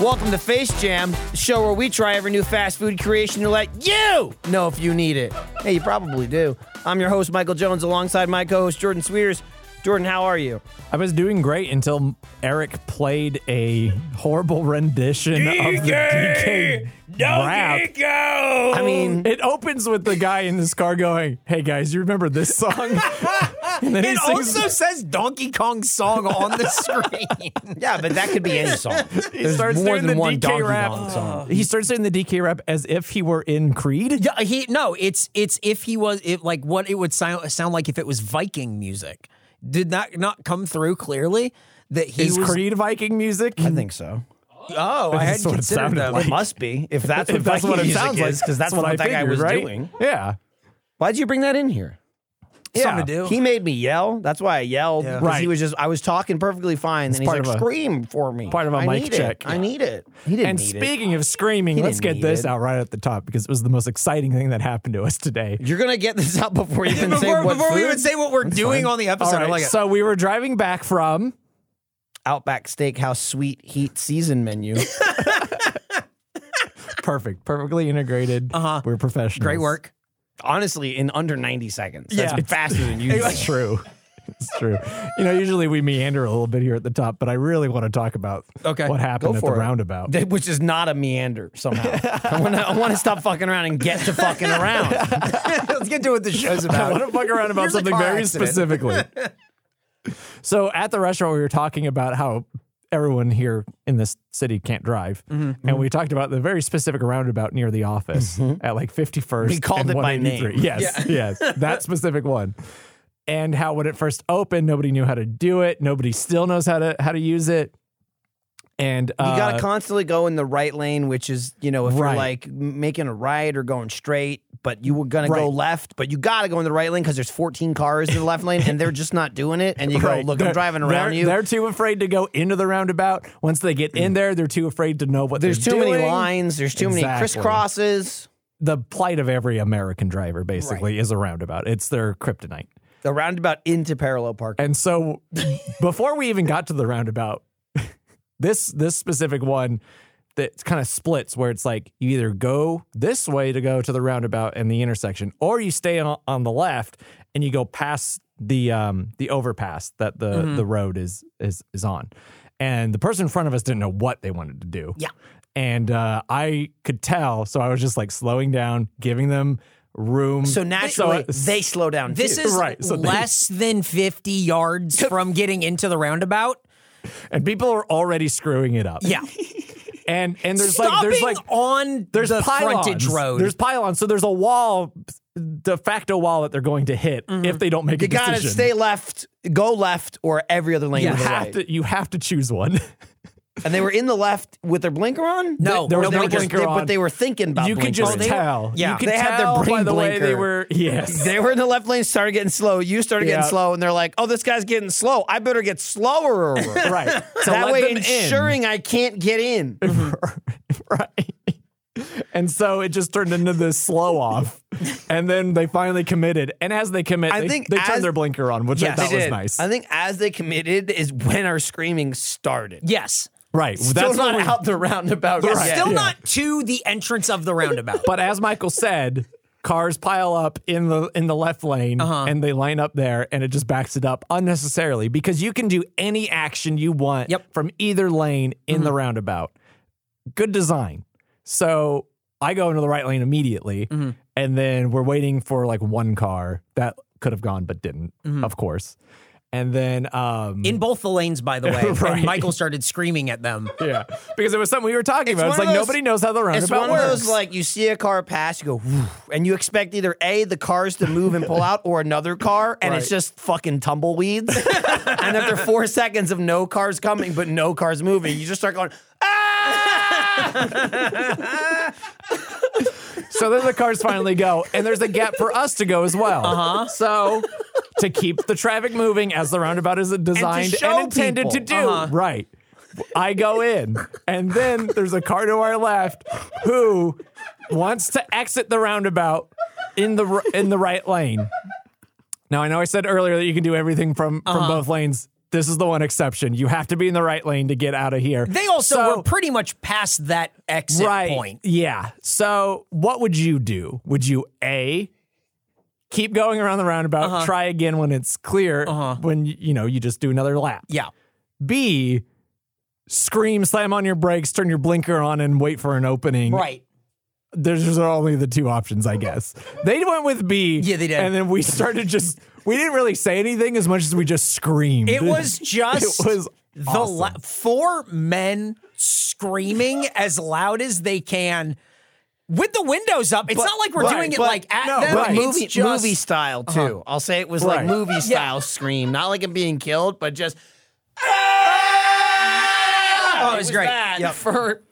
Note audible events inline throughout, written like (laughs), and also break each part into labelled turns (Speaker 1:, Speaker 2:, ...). Speaker 1: Welcome to Face Jam, the show where we try every new fast food creation to let you know if you need it. Hey, you probably do. I'm your host, Michael Jones, alongside my co host, Jordan Sweers. Jordan, how are you?
Speaker 2: I was doing great until Eric played a horrible rendition of the DK rap.
Speaker 1: I mean,
Speaker 2: It opens with the guy in this car going, "Hey guys, you remember this
Speaker 3: (laughs)
Speaker 2: song?" and then he
Speaker 3: It
Speaker 2: sings,
Speaker 3: also says Donkey Kong song on the screen.
Speaker 1: yeah, but that could be (laughs) any song.
Speaker 2: he
Speaker 1: There's
Speaker 2: starts
Speaker 1: more
Speaker 2: doing
Speaker 1: than
Speaker 2: the
Speaker 1: one
Speaker 2: DK
Speaker 1: Donkey
Speaker 2: rap.
Speaker 1: Kong song.
Speaker 2: He starts doing the DK rap as if he were in Creed.
Speaker 3: (laughs) yeah, he no, it's it's if he was it like what it would sound sound like if it was Viking music. Did that not come through clearly that he
Speaker 2: Is
Speaker 3: was
Speaker 2: Creed Viking music?
Speaker 1: I think so.
Speaker 3: Oh, I
Speaker 2: That's
Speaker 3: hadn't
Speaker 2: what it
Speaker 3: considered
Speaker 2: sounded
Speaker 3: that. (laughs)
Speaker 2: like.
Speaker 1: It must be, if that's what,
Speaker 2: if that's what it
Speaker 1: music
Speaker 2: sounds like,
Speaker 1: because that's what,
Speaker 2: I
Speaker 1: that guy
Speaker 2: figured,
Speaker 1: was
Speaker 2: right?
Speaker 1: doing.
Speaker 2: Yeah,
Speaker 1: Why'd you bring that in here?
Speaker 3: Something to do.
Speaker 1: He made me yell. That's why I yelled.
Speaker 3: Yeah.
Speaker 1: because He
Speaker 2: Right.
Speaker 1: was just I was talking perfectly fine, and he's
Speaker 2: part
Speaker 1: like,
Speaker 2: of a-
Speaker 1: "Scream for me."
Speaker 2: part of a
Speaker 1: I
Speaker 2: mic
Speaker 1: need
Speaker 2: check.
Speaker 1: It. I need it. He didn't
Speaker 2: And
Speaker 1: need it.
Speaker 2: speaking of screaming, let's
Speaker 1: didn't
Speaker 2: get
Speaker 1: need
Speaker 2: this
Speaker 1: it.
Speaker 2: out right at the top because it was the most exciting thing that happened to us today.
Speaker 1: You're gonna get this out before you can
Speaker 3: Before,
Speaker 1: say what
Speaker 3: before
Speaker 1: food.
Speaker 3: we even say what we're doing on the
Speaker 2: All
Speaker 3: episode,
Speaker 2: right,
Speaker 3: I'm like,
Speaker 2: so we were driving back from
Speaker 1: Outback Steakhouse Sweet Heat Season
Speaker 2: (laughs)
Speaker 1: Menu.
Speaker 2: perfect, perfectly integrated.
Speaker 3: Uh-huh.
Speaker 2: We're professional.
Speaker 3: great work.
Speaker 1: Honestly, in under 90 seconds. That's
Speaker 2: Yeah.
Speaker 1: yeah. faster
Speaker 2: (laughs)
Speaker 1: than you.
Speaker 2: (laughs) It's true. It's true. You know, usually we meander a little bit here at the top, but I really want to talk about
Speaker 3: Okay,
Speaker 2: what happened
Speaker 1: go
Speaker 2: at the
Speaker 1: for it.
Speaker 2: roundabout.
Speaker 1: That- Which is not a meander somehow. I want to I wanna stop fucking around and get to fucking
Speaker 2: (laughs)
Speaker 1: around.
Speaker 3: (laughs) Let's get to what the show's
Speaker 2: I (laughs)
Speaker 3: about.
Speaker 2: want to fuck around about
Speaker 3: Here's a
Speaker 2: something
Speaker 3: car
Speaker 2: very
Speaker 3: accident.
Speaker 2: specifically. (laughs) so at the restaurant, we were talking about how everyone here in this city can't drive,
Speaker 1: Mm-hmm,
Speaker 2: and we talked about the very specific roundabout near the office at like 51st.
Speaker 1: Mm-hmm. We called
Speaker 2: and
Speaker 1: it by
Speaker 2: 183.
Speaker 1: name.
Speaker 2: Yes, (laughs) yes, that specific one. And how when it first opened, nobody knew how to do it. Nobody still knows how to how to use it. And uh,
Speaker 1: You got to constantly go in the right lane, which is, you know, if you're
Speaker 2: Right.
Speaker 1: like m- making a right or going straight, but you were going to go
Speaker 2: Right.
Speaker 1: left, but you got to go in the right lane because there's 14 cars in the left lane and they're just not doing it. And you
Speaker 2: Right.
Speaker 1: go, look,
Speaker 2: They're-
Speaker 1: I'm driving
Speaker 2: they're,
Speaker 1: around you. Mm.
Speaker 2: They're too afraid to go into the roundabout. Once they get in there, they're too afraid to know what
Speaker 1: There's
Speaker 2: they're
Speaker 1: too many
Speaker 2: doing.
Speaker 1: lines. There's too many
Speaker 2: Exactly.
Speaker 1: crisscrosses.
Speaker 2: The plight of every American driver basically is a roundabout. It's their kryptonite.
Speaker 1: The roundabout into parallel parking.
Speaker 2: And so before we even got to the roundabout, this this specific one that kind of splits where it's like you either go this way to go to the roundabout and the intersection, or you stay on, on the left and you go past the um the overpass that the
Speaker 1: Mm-hmm.
Speaker 2: the road is is is on. And the person in front of us didn't know what they wanted to do.
Speaker 3: Yeah.
Speaker 2: And uh, I could tell, so I was just like slowing down, giving them room.
Speaker 1: So naturally,
Speaker 2: so- uh,
Speaker 1: they slow down.
Speaker 3: This
Speaker 1: too.
Speaker 3: is
Speaker 2: Right, so they-
Speaker 3: less than 50 yards from getting into the roundabout.
Speaker 2: and people are already screwing it up.
Speaker 3: (laughs) Yeah.
Speaker 2: and and there's
Speaker 3: Stopping
Speaker 2: like there's like
Speaker 3: on
Speaker 2: there's
Speaker 3: the
Speaker 2: pylons.
Speaker 3: frontage road.
Speaker 2: There's pylons, so there's a wall, de facto wall that they're going to hit
Speaker 1: Mm-hmm.
Speaker 2: if they don't make
Speaker 1: You
Speaker 2: a
Speaker 1: gotta
Speaker 2: decision.
Speaker 1: stay left, go left, or every other lane
Speaker 2: you
Speaker 1: to the
Speaker 2: have
Speaker 1: right.
Speaker 2: to you have to choose one.
Speaker 1: and they were in the left with their blinker on.
Speaker 2: (laughs)
Speaker 3: No, there
Speaker 1: or
Speaker 3: was
Speaker 1: they
Speaker 3: no
Speaker 1: were just-
Speaker 2: blinker
Speaker 1: they-
Speaker 2: on.
Speaker 1: But they were thinking about.
Speaker 2: you could
Speaker 1: blinkers.
Speaker 2: just
Speaker 1: they,
Speaker 2: tell.
Speaker 1: yeah,
Speaker 2: you could
Speaker 1: they
Speaker 2: tell
Speaker 1: had their
Speaker 2: by
Speaker 1: brain
Speaker 2: the way they
Speaker 1: blinker.
Speaker 2: were. (laughs) Yes,
Speaker 1: They were in the left lane, started getting slow. You started getting
Speaker 2: Yeah.
Speaker 1: slow, and they're like, "Oh, this guy's getting slow. I better get
Speaker 2: (laughs)
Speaker 1: slower." (laughs)
Speaker 2: right. So
Speaker 1: that
Speaker 2: let
Speaker 1: way,
Speaker 2: them in.
Speaker 1: ensuring I can't get in.
Speaker 2: (laughs) right. And so it just turned into this slow off, and then they finally committed. And as they commit,
Speaker 1: I
Speaker 2: they,
Speaker 1: think
Speaker 2: they
Speaker 1: as-
Speaker 2: turned their blinker on, which I
Speaker 3: Yes,
Speaker 2: thought
Speaker 3: they
Speaker 2: was
Speaker 1: Did.
Speaker 2: nice.
Speaker 1: I think as they committed is when our screaming started.
Speaker 3: yes.
Speaker 2: right,
Speaker 1: Still
Speaker 2: that's what
Speaker 1: not
Speaker 2: we-
Speaker 1: out the roundabout.
Speaker 3: Yeah,
Speaker 1: right.
Speaker 3: Still
Speaker 2: Yeah.
Speaker 3: not to the entrance of the roundabout.
Speaker 2: But as Michael said, cars pile up in the in the left lane
Speaker 1: Uh-huh.
Speaker 2: and they line up there and it just backs it up unnecessarily because you can do any action you want
Speaker 3: Yep.
Speaker 2: from either lane in
Speaker 1: Mm-hmm.
Speaker 2: the roundabout. Good design. So I go into the right lane immediately
Speaker 1: Mm-hmm.
Speaker 2: and then we're waiting for like one car that could have gone but didn't,
Speaker 1: Mm-hmm.
Speaker 2: of course. And then um
Speaker 3: In both the lanes,
Speaker 2: (laughs)
Speaker 3: by the way.
Speaker 2: Right.
Speaker 3: And Michael started screaming at them.
Speaker 2: yeah, because it was something we were talking about.
Speaker 1: one
Speaker 2: It's like
Speaker 1: of those-
Speaker 2: nobody knows how the roundabout
Speaker 1: It's one
Speaker 2: works.
Speaker 1: of those like you see a car pass, you go, "Whew," and you expect either a the cars to move and pull out, or another car, and it's
Speaker 2: Right.
Speaker 1: just fucking tumbleweeds. and after four seconds of no cars coming but no cars moving, you just start going,
Speaker 2: So then the cars finally go, and there's a gap for us to go as well. Uh-huh. So to keep the traffic moving as the roundabout is designed and,
Speaker 1: show
Speaker 2: intended to do,
Speaker 1: people. Uh-huh.
Speaker 2: right? I go in, and then there's a car to our left who wants to exit the roundabout in the r- in the right lane. Now I know I said earlier that you can do everything from from both lanes. This is the one exception. You have to be in the right lane to get out of here.
Speaker 3: They also
Speaker 2: So-
Speaker 3: were pretty much past that exit
Speaker 2: right,
Speaker 3: point.
Speaker 2: Yeah. So what would you do? Would you A keep going around the roundabout,
Speaker 3: Uh-huh.
Speaker 2: try again when it's clear, when y- you know, you just do another lap.
Speaker 3: Yeah.
Speaker 2: B scream, slam on your brakes, turn your blinker on and wait for an opening.
Speaker 3: Right.
Speaker 2: There's just only the two options, I guess. they went with B.
Speaker 3: Yeah, they did.
Speaker 2: And then we started just we didn't really say anything as much as we just screamed.
Speaker 3: It was
Speaker 2: (laughs)
Speaker 3: just
Speaker 2: it was
Speaker 3: the
Speaker 2: awesome.
Speaker 3: la- four men screaming as loud as they can with the windows up. It's not like we're
Speaker 1: right,
Speaker 3: doing it
Speaker 1: but-
Speaker 3: like at
Speaker 2: no,
Speaker 3: them.
Speaker 2: but
Speaker 3: It's
Speaker 1: movie,
Speaker 3: just-
Speaker 1: movie style too. I'll say it was like
Speaker 2: Right.
Speaker 1: movie style scream, not like him being killed, but just.
Speaker 3: Oh,
Speaker 1: Ah!
Speaker 3: it was great.
Speaker 1: bad
Speaker 3: Yep.
Speaker 1: for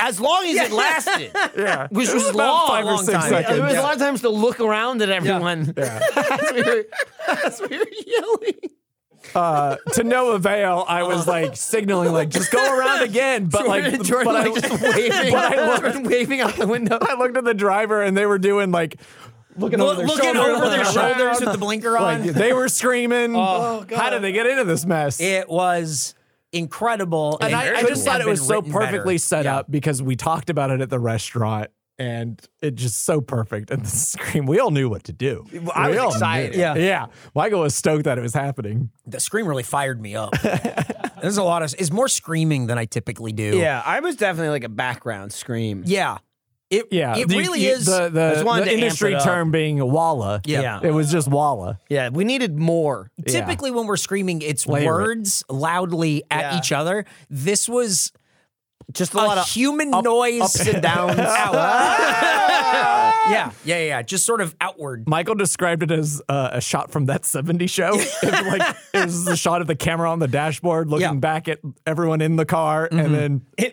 Speaker 1: as long as it lasted,
Speaker 2: yeah.
Speaker 1: which was,
Speaker 2: about
Speaker 1: long.
Speaker 2: five or
Speaker 1: long
Speaker 2: six
Speaker 1: time.
Speaker 2: seconds.
Speaker 1: There was
Speaker 2: Yeah.
Speaker 1: a lot of times to look around at everyone. (laughs) as, we were, as we were yelling.
Speaker 2: uh, to no avail. I was like signaling, like just go around again. But like,
Speaker 1: Jordan,
Speaker 2: but I,
Speaker 1: like,
Speaker 2: (laughs)
Speaker 1: just waving,
Speaker 2: but I
Speaker 1: (laughs)
Speaker 2: looked-
Speaker 1: Jordan waving out the window.
Speaker 2: I looked at the driver, and they were doing like looking over
Speaker 3: Look-
Speaker 2: their
Speaker 3: looking
Speaker 2: shoulder,
Speaker 3: over their
Speaker 2: looking
Speaker 3: shoulders
Speaker 2: around.
Speaker 3: with the blinker
Speaker 2: Like,
Speaker 3: on. Oh,
Speaker 2: they were screaming. How did they get into this mess?
Speaker 3: It was incredible.
Speaker 2: and I, I
Speaker 3: couldn't
Speaker 2: just thought
Speaker 3: have
Speaker 2: it was
Speaker 3: been
Speaker 2: so
Speaker 3: written better.
Speaker 2: perfectly set
Speaker 3: Yeah.
Speaker 2: up because we talked about it at the restaurant, and it just so perfect. And the scream, we all knew what to do.
Speaker 1: I
Speaker 2: We
Speaker 1: was
Speaker 2: all knew.
Speaker 1: excited.
Speaker 3: Yeah.
Speaker 2: yeah. Michael was stoked that it was happening.
Speaker 3: The scream really fired
Speaker 2: (laughs)
Speaker 3: me up. There's a lot of it's more screaming than I typically do.
Speaker 1: Yeah, I was definitely like a background scream.
Speaker 3: Yeah. It
Speaker 2: Yeah,
Speaker 3: it
Speaker 2: the-
Speaker 3: really
Speaker 2: you-
Speaker 3: is
Speaker 2: the, the,
Speaker 1: just wanted
Speaker 2: the
Speaker 1: to amp
Speaker 2: industry
Speaker 1: it up.
Speaker 2: term being walla.
Speaker 3: Yeah.
Speaker 1: Yeah.
Speaker 2: it was just walla.
Speaker 1: Yeah, we needed more.
Speaker 2: Yeah.
Speaker 3: typically when we're screaming it's
Speaker 2: Layer it.
Speaker 3: words loudly at
Speaker 1: Yeah.
Speaker 3: each other. This was
Speaker 1: Just a,
Speaker 3: a,
Speaker 1: lot of
Speaker 3: human noise
Speaker 1: ups (laughs) and downs.
Speaker 3: out. (laughs) yeah, yeah, yeah. Just sort of outward.
Speaker 2: Michael described it as uh, a shot from that 70 show. it, like, it was the shot of the camera on the dashboard looking
Speaker 3: Yeah.
Speaker 2: back at everyone in the car. And then,
Speaker 1: (laughs) It,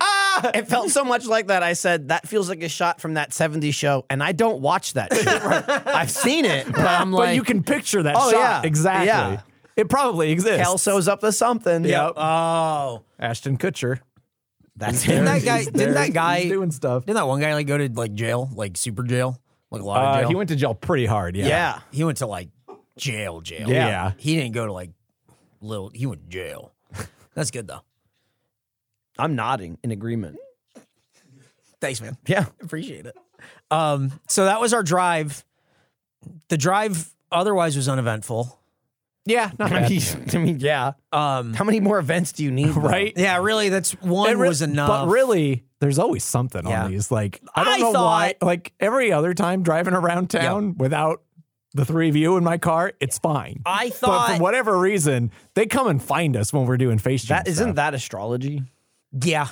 Speaker 1: it felt so much like that. I said, that feels like a shot from that 70s show, and I don't watch that (laughs) show. I've seen it, but I'm
Speaker 2: but
Speaker 1: like,
Speaker 2: you can picture that
Speaker 1: Oh,
Speaker 2: shot.
Speaker 1: yeah.
Speaker 2: Exactly.
Speaker 1: Yeah.
Speaker 2: It probably exists.
Speaker 1: Kelso's up to something.
Speaker 2: Yep.
Speaker 3: Oh.
Speaker 2: Ashton Kutcher.
Speaker 1: That's
Speaker 3: Didn't
Speaker 1: him.
Speaker 3: that guy
Speaker 2: He's
Speaker 3: didn't
Speaker 2: there.
Speaker 3: that guy
Speaker 2: He's doing stuff.
Speaker 3: didn't that one guy like go to like jail? Like super jail? Like a lot of
Speaker 2: Uh,
Speaker 3: jail.
Speaker 2: he went to jail pretty hard. Yeah.
Speaker 1: yeah.
Speaker 3: he went to like jail, jail.
Speaker 2: Yeah. Yeah.
Speaker 3: He didn't go to like little he went to jail. That's good though.
Speaker 1: I'm nodding in agreement.
Speaker 3: Thanks, man.
Speaker 1: (laughs) Yeah.
Speaker 3: Appreciate it. Um, so that was our drive. The drive otherwise was uneventful.
Speaker 2: (laughs) Yeah. Uh-huh. Not
Speaker 1: I
Speaker 2: bad.
Speaker 1: mean, I mean, yeah.
Speaker 3: Um,
Speaker 1: How many more events do you need? though?
Speaker 2: Right?
Speaker 3: yeah, really, that's one
Speaker 2: It re-
Speaker 3: was enough.
Speaker 2: But really, there's always something
Speaker 3: Yeah.
Speaker 2: on these. Like I don't
Speaker 3: I
Speaker 2: know
Speaker 3: thought-
Speaker 2: why. Like every other time driving around town without the three of you in my car, it's fine.
Speaker 3: I
Speaker 2: but
Speaker 3: thought,
Speaker 2: for whatever reason, they come and find us when we're doing face.
Speaker 1: That, isn't that astrology?
Speaker 3: yeah,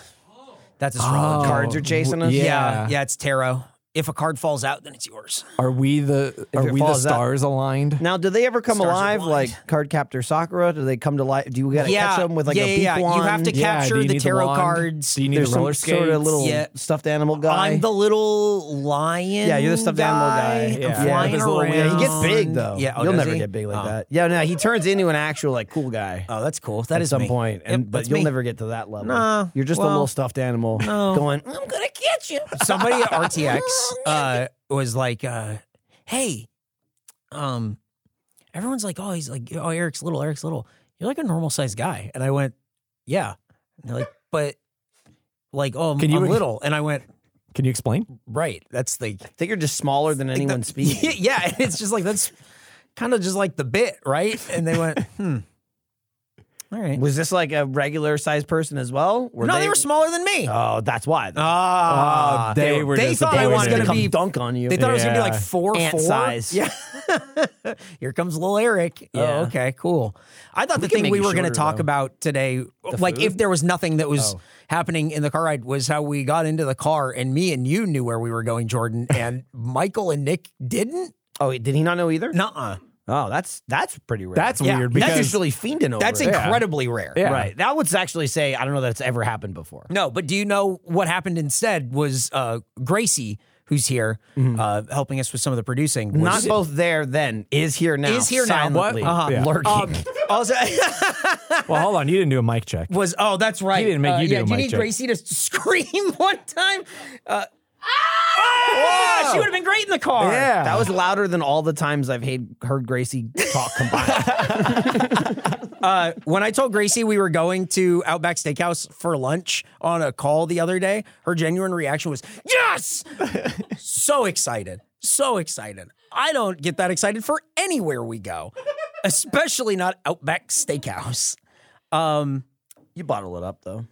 Speaker 3: that's astrology.
Speaker 1: Cards are chasing us?
Speaker 3: yeah.
Speaker 2: Oh, Yeah.
Speaker 3: yeah, it's tarot. If a card falls out, then it's yours.
Speaker 2: Are we the
Speaker 1: it
Speaker 2: Are we the
Speaker 1: falls out-
Speaker 2: stars aligned?
Speaker 1: Now, do they ever come
Speaker 3: Stars are
Speaker 1: alive
Speaker 3: blind.
Speaker 1: like Card Captor Sakura? Do they come to life? Do you got to
Speaker 3: yeah,
Speaker 1: catch them with like
Speaker 3: yeah,
Speaker 1: a
Speaker 3: yeah,
Speaker 1: beak
Speaker 3: yeah.
Speaker 1: wand?
Speaker 3: You have to
Speaker 2: Yeah, do you
Speaker 3: capture
Speaker 2: need
Speaker 3: the
Speaker 2: the
Speaker 3: tarot
Speaker 2: wand?
Speaker 3: cards.
Speaker 2: Do you need
Speaker 1: There's some
Speaker 2: roller
Speaker 1: sort of
Speaker 2: skates?
Speaker 1: little
Speaker 3: Yeah.
Speaker 1: stuffed animal guy.
Speaker 3: I'm the little lion.
Speaker 1: Yeah, you're the stuffed animal guy.
Speaker 3: I'm
Speaker 1: Yeah. Yeah,
Speaker 3: flying
Speaker 2: with his little
Speaker 3: around.
Speaker 1: Yeah, he gets big though.
Speaker 3: Yeah, oh,
Speaker 1: you'll
Speaker 3: does
Speaker 1: never
Speaker 3: he?
Speaker 1: get big like
Speaker 3: Oh.
Speaker 1: that. Yeah, no, he turns into an actual like cool guy
Speaker 3: Oh, that's cool. That is
Speaker 1: at some
Speaker 3: me.
Speaker 1: point,
Speaker 3: Yep,
Speaker 1: and but
Speaker 3: that's
Speaker 1: you'll
Speaker 3: me.
Speaker 1: never get to that level.
Speaker 3: No,
Speaker 1: you're just a
Speaker 3: well,
Speaker 1: little stuffed animal going. I'm gonna get you.
Speaker 3: Oh. somebody
Speaker 1: (laughs)
Speaker 3: at RTX uh, was like, uh, "Hey, um, everyone's like, oh, he's like, oh, Eric's little, Eric's little. You're like a normal sized guy." And I went, "Yeah."
Speaker 1: (laughs)
Speaker 3: And they're like, "But like, oh, I'm,
Speaker 2: Can you
Speaker 3: I'm
Speaker 2: ex-
Speaker 3: little." And I went,
Speaker 2: Can you explain?
Speaker 3: "Right, that's the
Speaker 1: I think you're just smaller than anyone speaking.
Speaker 3: (laughs) yeah." And it's just like that's kind of just like the bit, right? And
Speaker 1: (laughs)
Speaker 3: they went, "Hmm, all right."
Speaker 1: Was this like a regular sized person as well? Were
Speaker 3: no, they, were smaller than me.
Speaker 1: Oh, that's why. then.
Speaker 3: Ah,
Speaker 2: they were
Speaker 3: They thought I was
Speaker 2: disappointed.
Speaker 1: wanted
Speaker 3: going
Speaker 1: to
Speaker 3: to
Speaker 1: come
Speaker 3: be
Speaker 1: dunk on you.
Speaker 3: They thought it was gonna be like
Speaker 2: Yeah.
Speaker 3: four
Speaker 1: Ant
Speaker 3: four
Speaker 1: size.
Speaker 3: Yeah. (laughs) Here comes little Eric.
Speaker 1: Yeah.
Speaker 3: Oh, okay, cool. I thought the
Speaker 1: can
Speaker 3: thing
Speaker 1: make
Speaker 3: we
Speaker 1: you
Speaker 3: were gonna
Speaker 1: shorter,
Speaker 3: talk
Speaker 1: though. Oh.
Speaker 3: about today, like if there was nothing that was happening in the car ride, was how we got into the car and me and you knew where we were going,
Speaker 1: (laughs)
Speaker 3: Jordan, and Michael and Nick didn't.
Speaker 1: oh, wait, did he not know either?
Speaker 3: Nuh-uh.
Speaker 1: Oh, that's that's pretty rare.
Speaker 2: That's
Speaker 3: Yeah,
Speaker 2: weird
Speaker 3: that's
Speaker 2: because
Speaker 1: that's usually fiending over.
Speaker 3: That's
Speaker 1: it.
Speaker 3: incredibly rare.
Speaker 2: Yeah.
Speaker 1: Right. That would actually say I don't know that it's ever happened before.
Speaker 3: No, but do you know what happened instead was uh, Gracie, who's here, uh, helping us with some of the producing. was-
Speaker 1: Mm-hmm. Not both there then is here now. Um,
Speaker 3: Is here now.
Speaker 1: silently,
Speaker 3: What? Uh-huh.
Speaker 2: Yeah.
Speaker 1: lurking. (laughs)
Speaker 3: also
Speaker 2: well, hold on, you didn't do a mic check.
Speaker 3: was oh that's right.
Speaker 2: He
Speaker 3: (laughs)
Speaker 2: didn't make you do
Speaker 3: yeah,
Speaker 2: a
Speaker 3: do you
Speaker 2: mic
Speaker 3: need
Speaker 2: check.
Speaker 3: Gracie to scream one time? Uh, Ah, she would have been great in the car.
Speaker 2: Yeah.
Speaker 1: That was louder than all the times I've hate, heard Gracie talk (laughs) combined.
Speaker 3: Uh, when I told Gracie we were going to Outback Steakhouse for lunch on a call the other day, her genuine reaction was, Yes! so excited. So excited. I don't get that excited for anywhere we go, especially not Outback Steakhouse. Um,
Speaker 1: you bottle it up (laughs) though.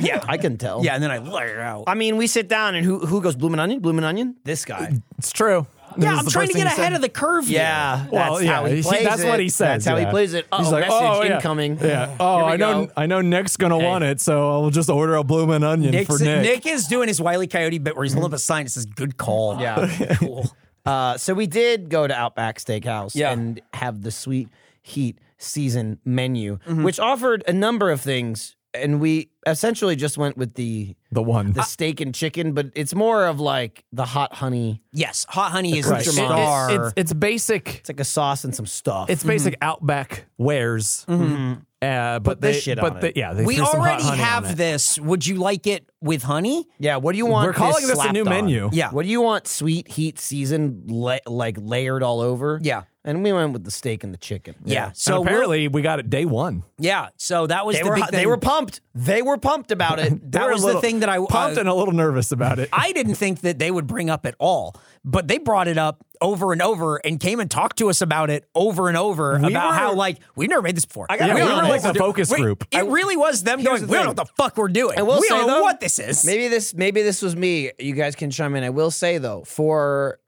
Speaker 3: yeah.
Speaker 1: I can tell.
Speaker 3: yeah. And then I layer out.
Speaker 1: I mean, we sit down and who who goes blooming onion? Blooming onion? This guy.
Speaker 2: It's true.
Speaker 3: yeah. I'm trying to get ahead of the curve. here.
Speaker 1: Yeah.
Speaker 2: Well,
Speaker 1: that's
Speaker 2: yeah,
Speaker 1: how he
Speaker 2: he-
Speaker 1: plays
Speaker 2: that's
Speaker 1: it.
Speaker 2: what he
Speaker 1: That's
Speaker 2: says,
Speaker 1: how he
Speaker 2: yeah.
Speaker 1: plays it. Oh,
Speaker 2: He's like,
Speaker 1: message
Speaker 2: oh, yeah.
Speaker 1: incoming.
Speaker 2: Yeah. Oh,
Speaker 1: Here we
Speaker 2: I know.
Speaker 1: go.
Speaker 2: I know Nick's gonna want it, so I'll just order a bloomin' onion
Speaker 3: Nick's,
Speaker 2: for Nick.
Speaker 3: Nick is doing his Wiley Coyote bit where he's holding up a sign that says, Good call.
Speaker 1: Mm-hmm. Yeah.
Speaker 3: Cool.
Speaker 1: Uh, so we did go to Outback Steakhouse
Speaker 3: Yeah.
Speaker 1: and have the sweet heat season menu, which offered a number of things, and we essentially just went with the
Speaker 2: The one.
Speaker 1: the steak and chicken, but it's more of like the hot honey.
Speaker 3: Yes. Hot Honey is
Speaker 2: Right.
Speaker 3: the
Speaker 2: It- it-
Speaker 3: star.
Speaker 2: it's, it's basic.
Speaker 1: It's like a sauce and some stuff.
Speaker 2: It's basic Outback wares. Uh, but
Speaker 1: Mm-hmm. this
Speaker 2: they,
Speaker 1: shit
Speaker 2: but
Speaker 1: on
Speaker 2: they-
Speaker 1: it.
Speaker 2: yeah, they
Speaker 3: we
Speaker 2: threw some hot
Speaker 3: already
Speaker 2: honey on it.
Speaker 3: have this. Would you like it with honey?
Speaker 1: yeah. What do you want?
Speaker 2: We're calling this a
Speaker 1: slapped
Speaker 2: new
Speaker 1: on?
Speaker 2: menu.
Speaker 3: Yeah.
Speaker 1: What do you want? Sweet heat season, la- like layered all over.
Speaker 3: Yeah.
Speaker 1: And we went with the steak and the chicken.
Speaker 3: Yeah.
Speaker 2: So
Speaker 3: So we're-
Speaker 2: apparently we got it day one.
Speaker 3: yeah. So that was
Speaker 1: They
Speaker 3: the
Speaker 1: were
Speaker 3: big
Speaker 1: hu-
Speaker 3: thing.
Speaker 1: they were pumped. They were pumped about (laughs) it.
Speaker 3: that
Speaker 2: We're a
Speaker 3: was the
Speaker 2: little
Speaker 3: thing that I
Speaker 2: pumped
Speaker 3: uh,
Speaker 2: and a little nervous about it.
Speaker 3: I didn't think that they would bring up at all, but they brought it up over and over and came and talked to us about it over and over
Speaker 2: were-
Speaker 3: about how like we've never made this before. I
Speaker 1: gotta
Speaker 2: be
Speaker 3: we don't know
Speaker 2: honest. Like
Speaker 3: what we're
Speaker 2: a
Speaker 3: doing.
Speaker 2: focus
Speaker 3: We-
Speaker 2: group.
Speaker 3: It really was them going.
Speaker 1: the
Speaker 3: We don't know
Speaker 1: thing.
Speaker 3: what the fuck we're doing.
Speaker 1: I will
Speaker 3: we
Speaker 1: say,
Speaker 3: don't know
Speaker 1: though,
Speaker 3: what this is.
Speaker 1: Maybe this maybe this was me. You guys can chime in. I will say though, for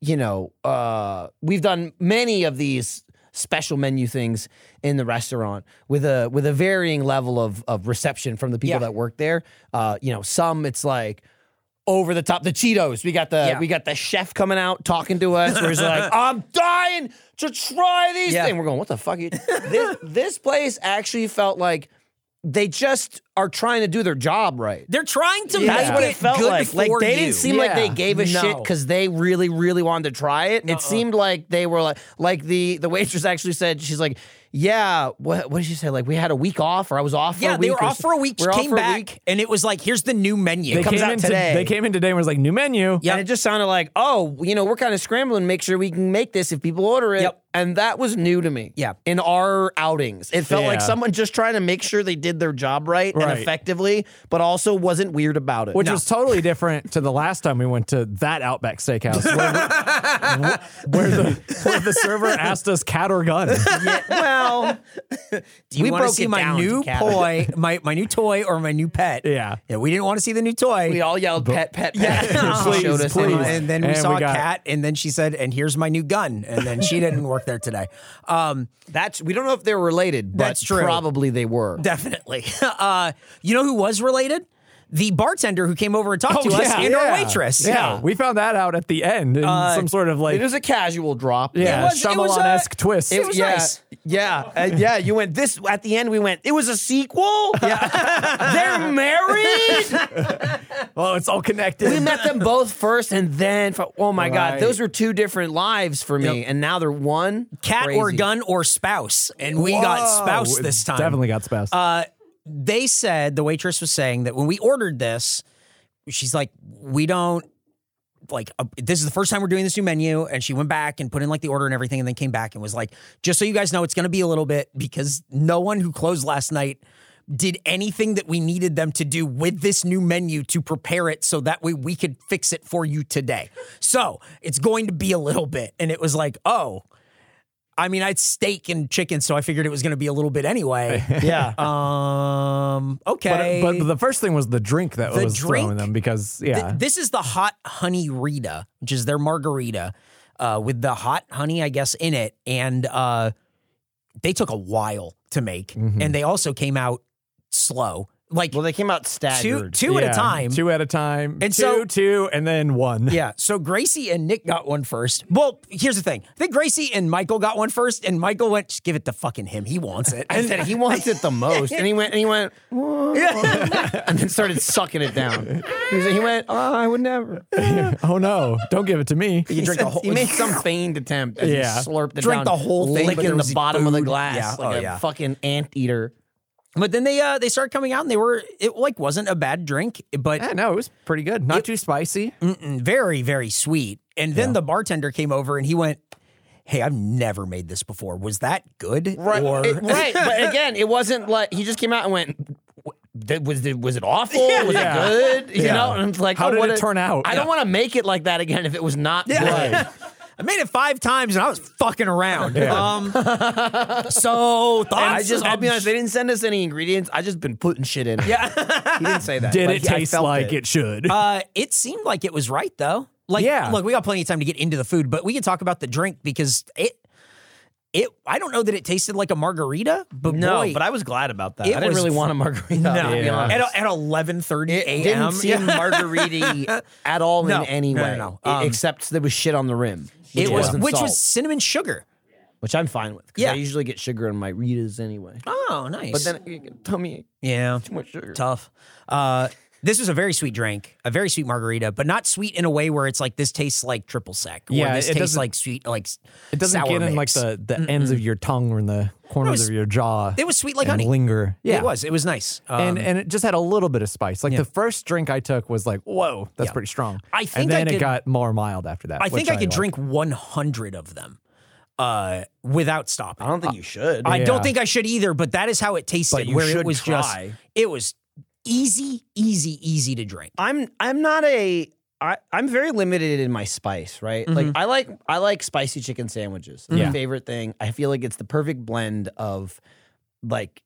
Speaker 1: you know, uh we've done many of these special menu things in the restaurant with a with a varying level of of reception from the people
Speaker 3: Yeah.
Speaker 1: that work there. Uh, you know, some it's like over the top the Cheetos. We got the
Speaker 3: Yeah.
Speaker 1: we got the chef coming out talking to us where he's
Speaker 3: (laughs)
Speaker 1: like, I'm dying to try these
Speaker 3: Yeah.
Speaker 1: things. We're going, what the fuck? you-" this this place actually felt like they just are trying to do their job right.
Speaker 3: They're trying to
Speaker 1: That's
Speaker 3: make
Speaker 1: what
Speaker 3: it,
Speaker 1: it felt
Speaker 3: good
Speaker 1: like. Like
Speaker 3: for
Speaker 1: they
Speaker 3: you.
Speaker 1: didn't seem like they
Speaker 2: Yeah.
Speaker 1: gave a
Speaker 3: No. Uh-uh.
Speaker 1: shit because they really, really wanted to try it. It seemed like they were like, like the the waitress actually said, she's like, yeah, what what did she say? Like we had a week off, or I was off. For
Speaker 3: Yeah,
Speaker 1: a
Speaker 3: they
Speaker 1: week
Speaker 3: were
Speaker 1: or
Speaker 3: off
Speaker 1: so-
Speaker 3: for a week,
Speaker 1: we're off
Speaker 3: came
Speaker 1: for a
Speaker 3: back,
Speaker 1: week."
Speaker 3: and it was like, here's the new menu.
Speaker 2: they
Speaker 1: comes
Speaker 2: came
Speaker 1: out
Speaker 2: in
Speaker 1: today.
Speaker 2: They came in today and was like, new menu.
Speaker 3: Yeah.
Speaker 1: And it just sounded like, oh, you know, we're kind of scrambling, make sure we can make this if people order it.
Speaker 3: Yep.
Speaker 1: And that was new to me.
Speaker 3: Yeah.
Speaker 1: In our outings, it felt like
Speaker 2: Yeah.
Speaker 1: someone just trying to make sure they did their job right, and
Speaker 2: Right.
Speaker 1: effectively, but also wasn't weird about it.
Speaker 2: Which was totally different to the last time we went to that Outback Steakhouse, where, where, the, where the server asked us cat or
Speaker 3: (laughs)
Speaker 2: gun.
Speaker 1: well,
Speaker 3: we
Speaker 1: we
Speaker 3: want to
Speaker 1: broke
Speaker 3: see
Speaker 1: it
Speaker 3: my
Speaker 1: down
Speaker 3: new
Speaker 1: to Kevin.
Speaker 2: (laughs)
Speaker 3: toy, my, my new toy or my new pet.
Speaker 2: Yeah.
Speaker 3: Yeah, we didn't want to see the new toy.
Speaker 1: we all yelled pet, pet, pet.
Speaker 3: (laughs) yeah.
Speaker 1: She showed
Speaker 2: (laughs) Please,
Speaker 1: us
Speaker 2: please.
Speaker 1: anyway.
Speaker 3: And then we
Speaker 2: And
Speaker 3: saw
Speaker 2: we
Speaker 3: a
Speaker 2: got-
Speaker 3: cat, and then she said, "And here's my new gun." And then she didn't work there today. Um,
Speaker 1: That's we don't know if they're related, but
Speaker 3: That's true.
Speaker 1: probably they were.
Speaker 3: definitely. (laughs) Uh, you know who was related? The bartender who came over and talked
Speaker 2: Oh,
Speaker 3: to us
Speaker 2: yeah,
Speaker 3: and our
Speaker 2: yeah.
Speaker 3: waitress.
Speaker 2: Yeah. we found that out at the end in some sort of like
Speaker 1: it was a casual drop.
Speaker 2: yeah,
Speaker 3: was- Uh, it was a-
Speaker 2: Shyamalan-esque twist.
Speaker 3: it was
Speaker 1: yeah,
Speaker 3: nice.
Speaker 1: yeah, uh, yeah. You went this at the end. We went. It was a sequel. (laughs) Yeah, they're married.
Speaker 2: oh, it's all connected.
Speaker 1: (laughs) we met them both first, and then fo- oh my god,
Speaker 2: Right.
Speaker 1: those were two different lives for me, and now they're one.
Speaker 3: Cat or
Speaker 1: Crazy.
Speaker 3: gun or spouse, and we got spouse this time. Uh,
Speaker 2: Definitely got spouse.
Speaker 3: they said the waitress was saying that when we ordered this, she's like, we don't like uh, this is the first time we're doing this new menu and she went back and put in like the order and everything and then came back and was like just so you guys know it's going to be a little bit because no one who closed last night did anything that we needed them to do with this new menu to prepare it so that way we could fix it for you today so it's going to be a little bit and it was like oh i mean i had steak and chicken so i figured it was going to be a little bit anyway
Speaker 1: Yeah,
Speaker 3: um. Okay.
Speaker 2: but, but the first thing was the drink that
Speaker 3: The
Speaker 2: was
Speaker 3: drink?
Speaker 2: throwing them because yeah,
Speaker 3: this is the hot honey Rita, which is their margarita, uh, with the hot honey, I guess, in it, and uh, they took a while to make, and they also came out slow, like
Speaker 1: (laughs) well, they came out
Speaker 3: two
Speaker 1: staggered.
Speaker 3: two at
Speaker 2: Yeah,
Speaker 3: a time.
Speaker 2: two at a time, two,
Speaker 3: And so-
Speaker 2: two, and then one.
Speaker 3: Yeah. So Gracie and Nick got one first. Well, here's the thing. I think Gracie and Michael got one first, and Michael went, "Just give it to fucking him. He wants (laughs) it."
Speaker 1: I said he wants it the most, and he went and he went, and then started sucking it down. He was- he went, oh, I would never.
Speaker 2: (laughs) Oh no! Don't give it to me.
Speaker 1: He,
Speaker 3: drink
Speaker 1: said-
Speaker 3: a whole- (laughs)
Speaker 1: he made some feigned attempt and
Speaker 2: Yeah.
Speaker 1: he slurped it
Speaker 3: Drink
Speaker 1: down,
Speaker 3: the whole thing, but
Speaker 1: licking
Speaker 3: there
Speaker 1: the
Speaker 3: was
Speaker 1: bottom of the
Speaker 3: food.
Speaker 1: glass
Speaker 3: Yeah.
Speaker 1: like
Speaker 3: Oh,
Speaker 1: a
Speaker 3: yeah.
Speaker 1: fucking anteater.
Speaker 3: But then they uh, they started coming out and they were it like wasn't a bad drink, but
Speaker 2: Yeah, Eh, no, it was pretty good. Not too spicy.
Speaker 3: mm-mm, very very sweet. And then the bartender came over and he went, "Hey, I've never made this before. Was that good?"
Speaker 1: Right,
Speaker 3: Or, (laughs)
Speaker 1: it- (laughs) right. But again, it wasn't like he just came out and went. "W- Did, was it was it awful? Was
Speaker 2: Yeah.
Speaker 1: it good? You
Speaker 2: Yeah.
Speaker 1: know, and it's like,
Speaker 2: How
Speaker 1: oh,
Speaker 2: did
Speaker 1: what
Speaker 2: it
Speaker 1: a-
Speaker 2: turn out?
Speaker 1: I don't
Speaker 2: Yeah.
Speaker 1: want to make it like that again if it was not
Speaker 3: Yeah. (laughs)
Speaker 1: good.
Speaker 3: I made it five times and I was fucking
Speaker 1: (laughs)
Speaker 3: around. Um, so thoughts.
Speaker 1: I just, I'll be
Speaker 3: on-
Speaker 1: honest, they didn't send us any ingredients. I just been putting shit in.
Speaker 3: Yeah.
Speaker 1: (laughs) he didn't say that.
Speaker 2: Did
Speaker 1: but
Speaker 2: it
Speaker 1: he- I
Speaker 2: taste
Speaker 1: felt
Speaker 2: like it, should?
Speaker 3: Uh, it seemed like it was right though. Like,
Speaker 2: Yeah.
Speaker 3: look, we got plenty of time to get into the food, but we can talk about the drink because it, it. I don't know that it tasted like a margarita, but
Speaker 1: No,
Speaker 3: boy,
Speaker 1: but I was glad about that.
Speaker 3: It
Speaker 1: I didn't
Speaker 3: was-
Speaker 1: really want a margarita.
Speaker 3: no.
Speaker 1: to be honest.
Speaker 3: At, at eleven thirty
Speaker 1: It
Speaker 3: a.m.
Speaker 1: didn't (laughs)
Speaker 3: yeah.
Speaker 1: seem (laughs) margarita at all
Speaker 3: No,
Speaker 1: in any
Speaker 3: no,
Speaker 1: way,
Speaker 3: no,
Speaker 1: e-
Speaker 3: no. Um,
Speaker 1: except there was shit on the rim. Which
Speaker 3: It was,
Speaker 1: wasn't
Speaker 3: which
Speaker 1: salt,
Speaker 3: was cinnamon sugar.
Speaker 1: which I'm fine with. 'cause
Speaker 3: Yeah.
Speaker 1: I usually get sugar in my ritas anyway.
Speaker 3: Oh, nice.
Speaker 1: But then you tell me
Speaker 3: yeah,
Speaker 1: too much sugar.
Speaker 3: tough. Uh, this was a very sweet drink, a very sweet margarita, but not sweet in a way where it's like this tastes like triple sec. or
Speaker 2: Yeah,
Speaker 3: this
Speaker 2: it
Speaker 3: tastes
Speaker 2: doesn't-
Speaker 3: like sweet, like s-
Speaker 2: it doesn't
Speaker 3: sour
Speaker 2: get in like
Speaker 3: mix.
Speaker 2: the, the ends of your tongue or in the corners
Speaker 3: was-
Speaker 2: of your jaw.
Speaker 3: It was sweet like
Speaker 2: and
Speaker 3: honey.
Speaker 2: linger. Yeah,
Speaker 3: It was. It was nice. Um,
Speaker 2: and and it just had a little bit of spice. Like the first drink I took was like, whoa, that's pretty strong.
Speaker 3: I
Speaker 2: and
Speaker 3: think I
Speaker 2: then it
Speaker 3: could-
Speaker 2: got more mild after that.
Speaker 3: I think
Speaker 2: which
Speaker 3: I could
Speaker 2: liked.
Speaker 3: drink 100 of them uh, without stopping.
Speaker 1: I don't think you should.
Speaker 3: I don't
Speaker 2: Yeah.
Speaker 3: think I should either, but that is how it tasted.
Speaker 1: But you
Speaker 3: where it
Speaker 1: should
Speaker 3: was
Speaker 1: try.
Speaker 3: just, it was easy, easy, easy to drink.
Speaker 1: I'm I'm not a I, I'm very limited in my spice, right? Like I like I like spicy chicken sandwiches. It's
Speaker 2: Yeah.
Speaker 1: my favorite thing. I feel like it's the perfect blend of like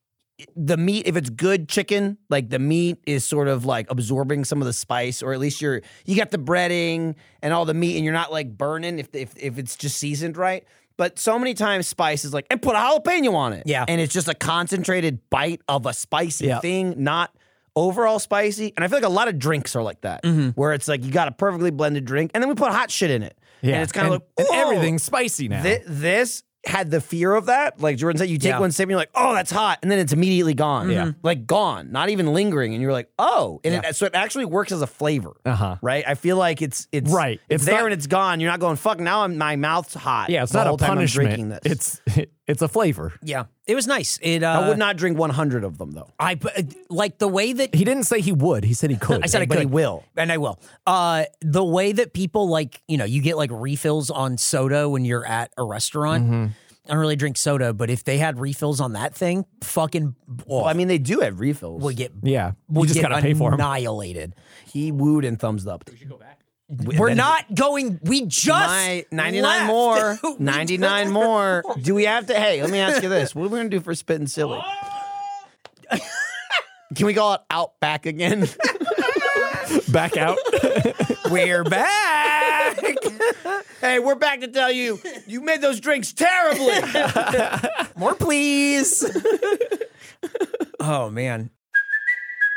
Speaker 1: the meat if it's good chicken, like the meat is sort of like absorbing some of the spice or at least you're you got the breading and all the meat and you're not like burning if if if it's just seasoned right. But so many times spice is like and put a jalapeno on it.
Speaker 3: Yeah.
Speaker 1: And it's just a concentrated bite of a spicy
Speaker 2: Yeah.
Speaker 1: thing, not overall spicy. And I feel like a lot of drinks are like that,
Speaker 2: Mm-hmm.
Speaker 1: where it's like you got a perfectly blended drink, and then we put hot shit in it. And it's kind of like
Speaker 2: and
Speaker 1: "Whoa!"
Speaker 2: everything's spicy now.
Speaker 1: Thi- this had the fear of that. Like Jordan said, you take
Speaker 3: Yeah.
Speaker 1: one sip and you're like, oh, that's hot. And then it's immediately gone.
Speaker 2: Yeah.
Speaker 1: Like gone, not even lingering. And you're like, oh. And it, so it actually works as a flavor.
Speaker 2: Uh-huh.
Speaker 1: Right? I feel like it's it's
Speaker 2: Right.
Speaker 1: It's,
Speaker 2: It's
Speaker 1: there
Speaker 2: not-
Speaker 1: and it's gone. You're not going, fuck, now I'm, my mouth's hot.
Speaker 2: yeah, it's
Speaker 1: the
Speaker 2: not a
Speaker 1: whole time I'm drinking
Speaker 2: punishment.
Speaker 1: this.
Speaker 2: It's (laughs) it's a flavor.
Speaker 3: Yeah, it was nice. It, uh,
Speaker 1: I would not drink 100 of them though.
Speaker 3: I uh, like the way that
Speaker 2: He didn't say he would. He
Speaker 3: (laughs)
Speaker 2: said he could.
Speaker 3: I said I
Speaker 1: but
Speaker 3: could.
Speaker 1: he will.
Speaker 3: and I will. Uh, the way that people like, you know, you get like refills on soda when you're at a restaurant. I don't really drink soda, but if they had refills on that thing, fucking, oh,
Speaker 1: Well, I mean, they do have refills.
Speaker 3: we'll get
Speaker 2: Yeah,
Speaker 3: we'll
Speaker 2: you just
Speaker 3: get
Speaker 2: gotta pay for him.
Speaker 3: annihilated.
Speaker 1: He wooed and thumbs up.
Speaker 3: We're not going. We just
Speaker 1: My 99
Speaker 3: left.
Speaker 1: more.
Speaker 3: (laughs) We
Speaker 1: 99
Speaker 3: just-
Speaker 1: more. Do we have to? Hey, let me ask you this. What are we going to do for Spitting
Speaker 3: (laughs)
Speaker 1: Silly? Can we call it out back
Speaker 3: (laughs)
Speaker 1: again?
Speaker 2: (laughs) Back out.
Speaker 3: We're back.
Speaker 1: hey, we're back to tell you, you made those drinks
Speaker 3: (laughs)
Speaker 1: terribly.
Speaker 3: more, please. (laughs) oh man.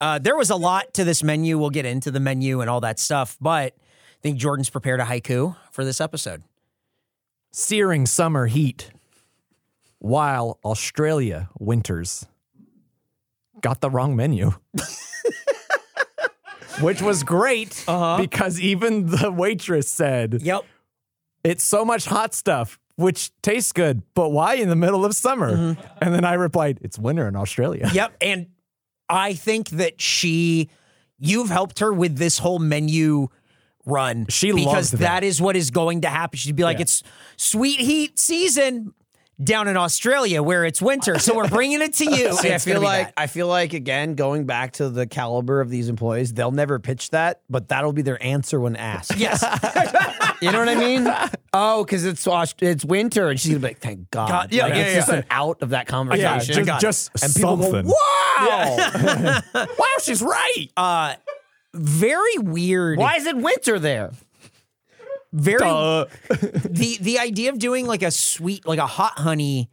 Speaker 3: Uh, there was a lot to this menu. We'll get into the menu and all that stuff, but I think Jordan's prepared a haiku for this episode.
Speaker 2: Searing summer heat, while Australia winters. Got the wrong menu. (laughs) Which was great because even the waitress said,
Speaker 3: Yep.
Speaker 2: It's so much hot stuff, which tastes good, but why in the middle of summer? And then I replied, It's winter in Australia.
Speaker 3: Yep. And I think that she, you've helped her with this whole menu run.
Speaker 2: She
Speaker 3: because
Speaker 2: loved that.
Speaker 3: that is what is going to happen. She'd be like, it's sweet heat season down in Australia where it's winter. So we're bringing it to you.
Speaker 1: See, I
Speaker 3: It's gonna
Speaker 1: feel
Speaker 3: be
Speaker 1: like
Speaker 3: that.
Speaker 1: I feel like again going back to the caliber of these employees, they'll never pitch that, but that'll be their answer when asked.
Speaker 3: Yes.
Speaker 1: You know what I
Speaker 3: (laughs)
Speaker 1: mean? Oh, because it's Aus- it's winter, and she's gonna be like, "Thank God!"
Speaker 3: God, yeah,
Speaker 1: Like,
Speaker 3: yeah,
Speaker 1: it's
Speaker 3: yeah.
Speaker 1: just an out of that conversation.
Speaker 2: Yeah, ju-
Speaker 1: God.
Speaker 2: just,
Speaker 1: and people go,
Speaker 2: something.
Speaker 1: "Wow!"
Speaker 2: wow, she's right.
Speaker 3: Very weird.
Speaker 1: Why is it winter there?
Speaker 3: Very the the idea of doing like a sweet, like a hot honey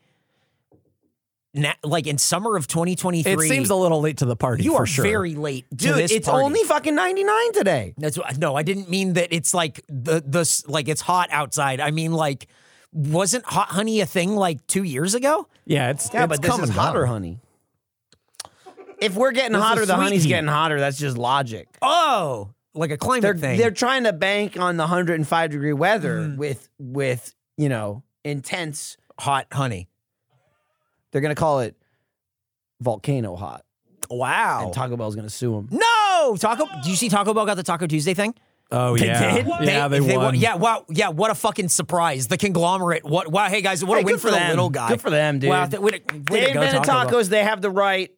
Speaker 3: na- like in summer of 2023.
Speaker 2: It seems a little late to the party.
Speaker 3: you
Speaker 2: for
Speaker 3: are
Speaker 2: sure.
Speaker 3: very late, to
Speaker 1: Dude,
Speaker 3: this
Speaker 1: it's
Speaker 3: party.
Speaker 1: only fucking 99 today.
Speaker 3: That's what- no, I didn't mean that. It's like the the s- like it's hot outside. I mean like wasn't hot honey a thing like two years ago?
Speaker 2: Yeah, it's
Speaker 1: Yeah,
Speaker 2: it's
Speaker 1: but this is
Speaker 2: coming
Speaker 1: hotter,
Speaker 2: down.
Speaker 1: honey. If we're getting
Speaker 3: is
Speaker 1: hotter, the
Speaker 3: sweet
Speaker 1: honey's
Speaker 3: heat.
Speaker 1: getting hotter. That's just logic.
Speaker 3: Oh, like a climate
Speaker 1: They're
Speaker 3: thing.
Speaker 1: they're trying to bank on the 105 degree weather with with you know intense.
Speaker 3: hot honey.
Speaker 1: They're gonna call it volcano hot,
Speaker 3: Wow.
Speaker 1: and Taco Bell's gonna sue them.
Speaker 3: no Taco. Do you see Taco Bell got the Taco Tuesday thing?
Speaker 2: Oh (laughs) yeah,
Speaker 3: They did.
Speaker 2: yeah, they, won.
Speaker 3: Yeah, wow. Yeah, what a fucking surprise. The conglomerate. What? Wow. Hey guys, what a
Speaker 1: Hey,
Speaker 3: win
Speaker 1: good
Speaker 3: for,
Speaker 1: for
Speaker 3: the
Speaker 1: them.
Speaker 3: little guy.
Speaker 1: Good for them, dude.
Speaker 3: Wow. Th- way to, way
Speaker 1: They
Speaker 3: to go,
Speaker 1: invented
Speaker 3: Taco Bell.
Speaker 1: tacos. They have the right.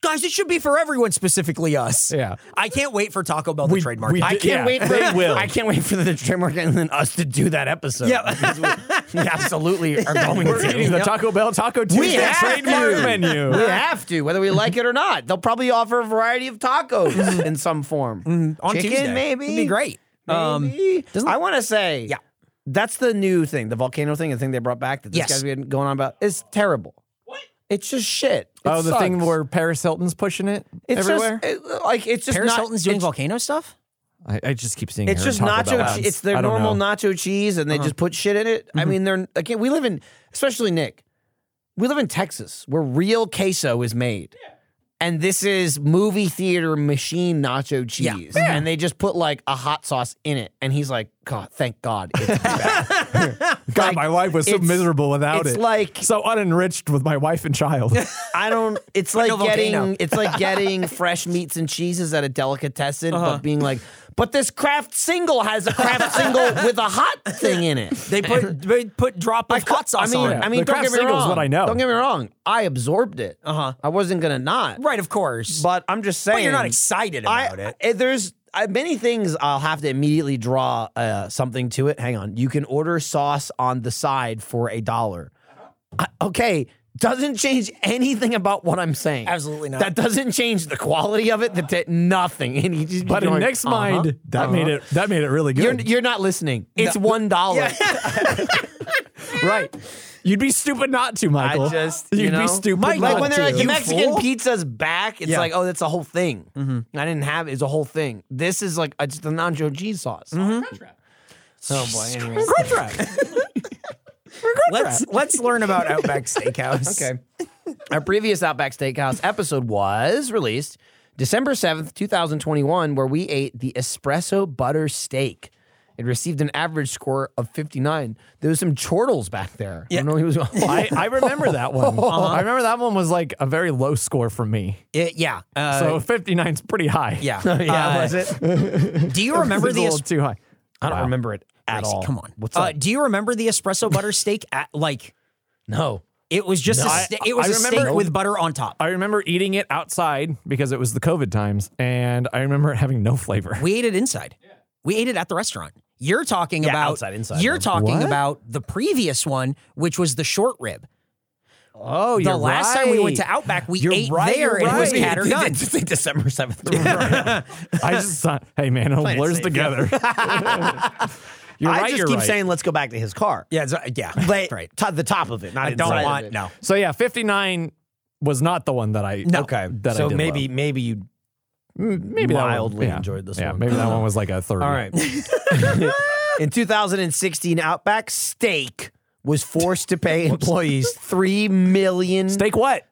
Speaker 3: Guys, it should be for everyone, specifically us.
Speaker 2: Yeah.
Speaker 3: I can't wait for Taco Bell to
Speaker 2: We-
Speaker 3: trademark.
Speaker 2: we
Speaker 3: it.
Speaker 1: I
Speaker 2: did-
Speaker 1: can't
Speaker 2: yeah,
Speaker 1: wait for
Speaker 2: they will.
Speaker 1: I can't wait for the trademark and then us to do that episode.
Speaker 3: Yeah.
Speaker 1: Because
Speaker 2: (laughs)
Speaker 1: we, we absolutely are going
Speaker 2: We're
Speaker 1: to.
Speaker 2: eating the Taco Bell Taco Tuesday
Speaker 1: have
Speaker 2: trademark
Speaker 1: to.
Speaker 2: menu.
Speaker 1: We have to, whether we like it or not. They'll probably offer a variety of tacos in some form.
Speaker 3: Mm-hmm. on
Speaker 1: Chicken,
Speaker 3: Tuesday.
Speaker 1: maybe.
Speaker 3: It'd be great. Um,
Speaker 1: Maybe. I want to say,
Speaker 3: Yeah.
Speaker 1: that's the new thing, the volcano thing, the thing they brought back that this
Speaker 3: Yes.
Speaker 1: guy's been going on about. It's terrible. What? It's just shit. It
Speaker 2: Oh, the thing
Speaker 1: sucks.
Speaker 2: where Paris Hilton's pushing it
Speaker 1: it's
Speaker 2: everywhere.
Speaker 1: just it- like it's just
Speaker 3: Paris
Speaker 1: not,
Speaker 3: Hilton's doing
Speaker 1: it's,
Speaker 3: volcano stuff.
Speaker 2: I, I just keep seeing.
Speaker 1: It's
Speaker 2: her
Speaker 1: just
Speaker 2: in Taco Bell
Speaker 1: nacho.
Speaker 2: ads.
Speaker 1: Che- it's their
Speaker 2: I don't
Speaker 1: normal
Speaker 2: know.
Speaker 1: nacho cheese, and they just put shit in it. I mean, they're again. We live in, especially Nick. We live in Texas, where real queso is made, and this is movie theater machine nacho
Speaker 3: Yeah.
Speaker 1: cheese, and they just put like a hot sauce in it. And he's like, "God, thank God." It's
Speaker 2: God,
Speaker 1: like,
Speaker 2: my life was so
Speaker 1: it's-
Speaker 2: miserable without
Speaker 1: it's
Speaker 2: it.
Speaker 1: like-
Speaker 2: so unenriched with my wife
Speaker 1: (laughs)
Speaker 2: and child. (laughs)
Speaker 1: I don't. It's like
Speaker 3: no volcano.
Speaker 1: getting. It's like getting fresh meats and cheeses at a delicatessen, but being like, "But this craft single has a craft single with a hot thing in it."
Speaker 3: They (laughs) put they put drop of hot
Speaker 1: I
Speaker 3: sauce
Speaker 1: mean,
Speaker 3: on it.
Speaker 1: I mean,
Speaker 2: The
Speaker 1: don't
Speaker 2: Kraft
Speaker 1: get me
Speaker 2: Single's
Speaker 1: wrong.
Speaker 2: what I know.
Speaker 1: Don't get me wrong. I absorbed it. Uh huh. I wasn't gonna not.
Speaker 3: right, of course.
Speaker 1: But I'm just saying.
Speaker 3: But you're not excited about
Speaker 1: I,
Speaker 3: it.
Speaker 1: I- there's uh, many things I'll have to immediately draw uh, something to it. Hang on. You can order sauce on the side for a dollar. I- okay. Doesn't change anything about what I'm saying.
Speaker 3: Absolutely not.
Speaker 1: That doesn't change the quality of it. That did nothing. (laughs) And you just be
Speaker 2: but in
Speaker 1: going,
Speaker 2: Nick's
Speaker 1: uh-huh,
Speaker 2: mind, that
Speaker 1: uh-huh.
Speaker 2: made it. That made it really good.
Speaker 1: You're, you're not listening. It's one dollar.
Speaker 2: (laughs) right. You'd be stupid not to, Michael.
Speaker 1: I just
Speaker 2: (laughs) you'd
Speaker 1: you know,
Speaker 2: be stupid
Speaker 1: Like,
Speaker 2: not
Speaker 1: when they're
Speaker 2: to.
Speaker 1: like the
Speaker 2: You
Speaker 1: Mexican
Speaker 2: fool.
Speaker 1: pizza's back, it's like oh that's a whole thing. I didn't have it. it's a whole thing. This is like it's the nacho cheese sauce. Oh boy. Anyways.
Speaker 2: Crunch wrap.
Speaker 3: let's let's learn about (laughs) Outback Steakhouse.
Speaker 1: Okay. Our previous Outback Steakhouse episode was released December 7th, 2021, where we ate the espresso butter steak. It received an average score of 59. There was some chortles back there. I don't know who was
Speaker 2: I, I remember
Speaker 1: (laughs)
Speaker 2: that one.
Speaker 1: Uh-huh.
Speaker 2: I remember that one was like a very low score for me.
Speaker 3: It- yeah. Uh,
Speaker 2: So 59 is pretty high. (laughs)
Speaker 3: yeah.
Speaker 1: yeah,
Speaker 3: Uh,
Speaker 1: was it?
Speaker 3: do you remember
Speaker 2: It's a
Speaker 3: the
Speaker 2: little too high.
Speaker 1: I don't remember it at all.
Speaker 3: Come on.
Speaker 1: What's
Speaker 3: uh,
Speaker 1: up?
Speaker 3: do you remember the espresso butter steak at like
Speaker 1: No.
Speaker 3: it was just a sta- it was
Speaker 2: I
Speaker 3: a
Speaker 2: remember-
Speaker 3: steak with butter on top.
Speaker 2: I remember eating it outside because it was the COVID times, and I remember it having no flavor.
Speaker 3: We ate it inside. We ate it at the restaurant. You're talking about
Speaker 1: outside, inside,
Speaker 3: You're
Speaker 1: man.
Speaker 3: talking
Speaker 2: What?
Speaker 3: about the previous one, which was the short rib.
Speaker 2: oh,
Speaker 3: The last time we went to Outback, we
Speaker 2: You're
Speaker 3: ate
Speaker 2: right,
Speaker 3: there
Speaker 2: you're
Speaker 3: and it was
Speaker 2: right.
Speaker 3: (laughs) cat or done.
Speaker 1: December (laughs) 7th.
Speaker 2: (laughs) I just thought, hey man, it
Speaker 1: it
Speaker 2: blurs
Speaker 1: safe, (laughs)
Speaker 2: together. you're
Speaker 1: I
Speaker 2: right.
Speaker 1: just
Speaker 2: you're
Speaker 1: keep
Speaker 2: right.
Speaker 1: saying, let's go back to his car.
Speaker 3: Yeah, it's- (laughs) yeah,
Speaker 1: But
Speaker 3: right.
Speaker 1: to the top of it. Not
Speaker 3: I don't
Speaker 1: inside of
Speaker 3: want
Speaker 1: it.
Speaker 3: no.
Speaker 2: So yeah, 59 was not the one that I
Speaker 3: No.
Speaker 1: Okay.
Speaker 2: That I
Speaker 1: so
Speaker 2: did
Speaker 1: maybe
Speaker 2: well.
Speaker 1: maybe you
Speaker 2: maybe that one-
Speaker 1: mildly
Speaker 2: yeah.
Speaker 1: enjoyed this
Speaker 2: yeah,
Speaker 1: one. (laughs)
Speaker 2: Maybe that one was like a third.
Speaker 1: All right. In 2016, Outback Steak was forced to pay
Speaker 2: (laughs)
Speaker 1: employees 3 million
Speaker 2: Steak what?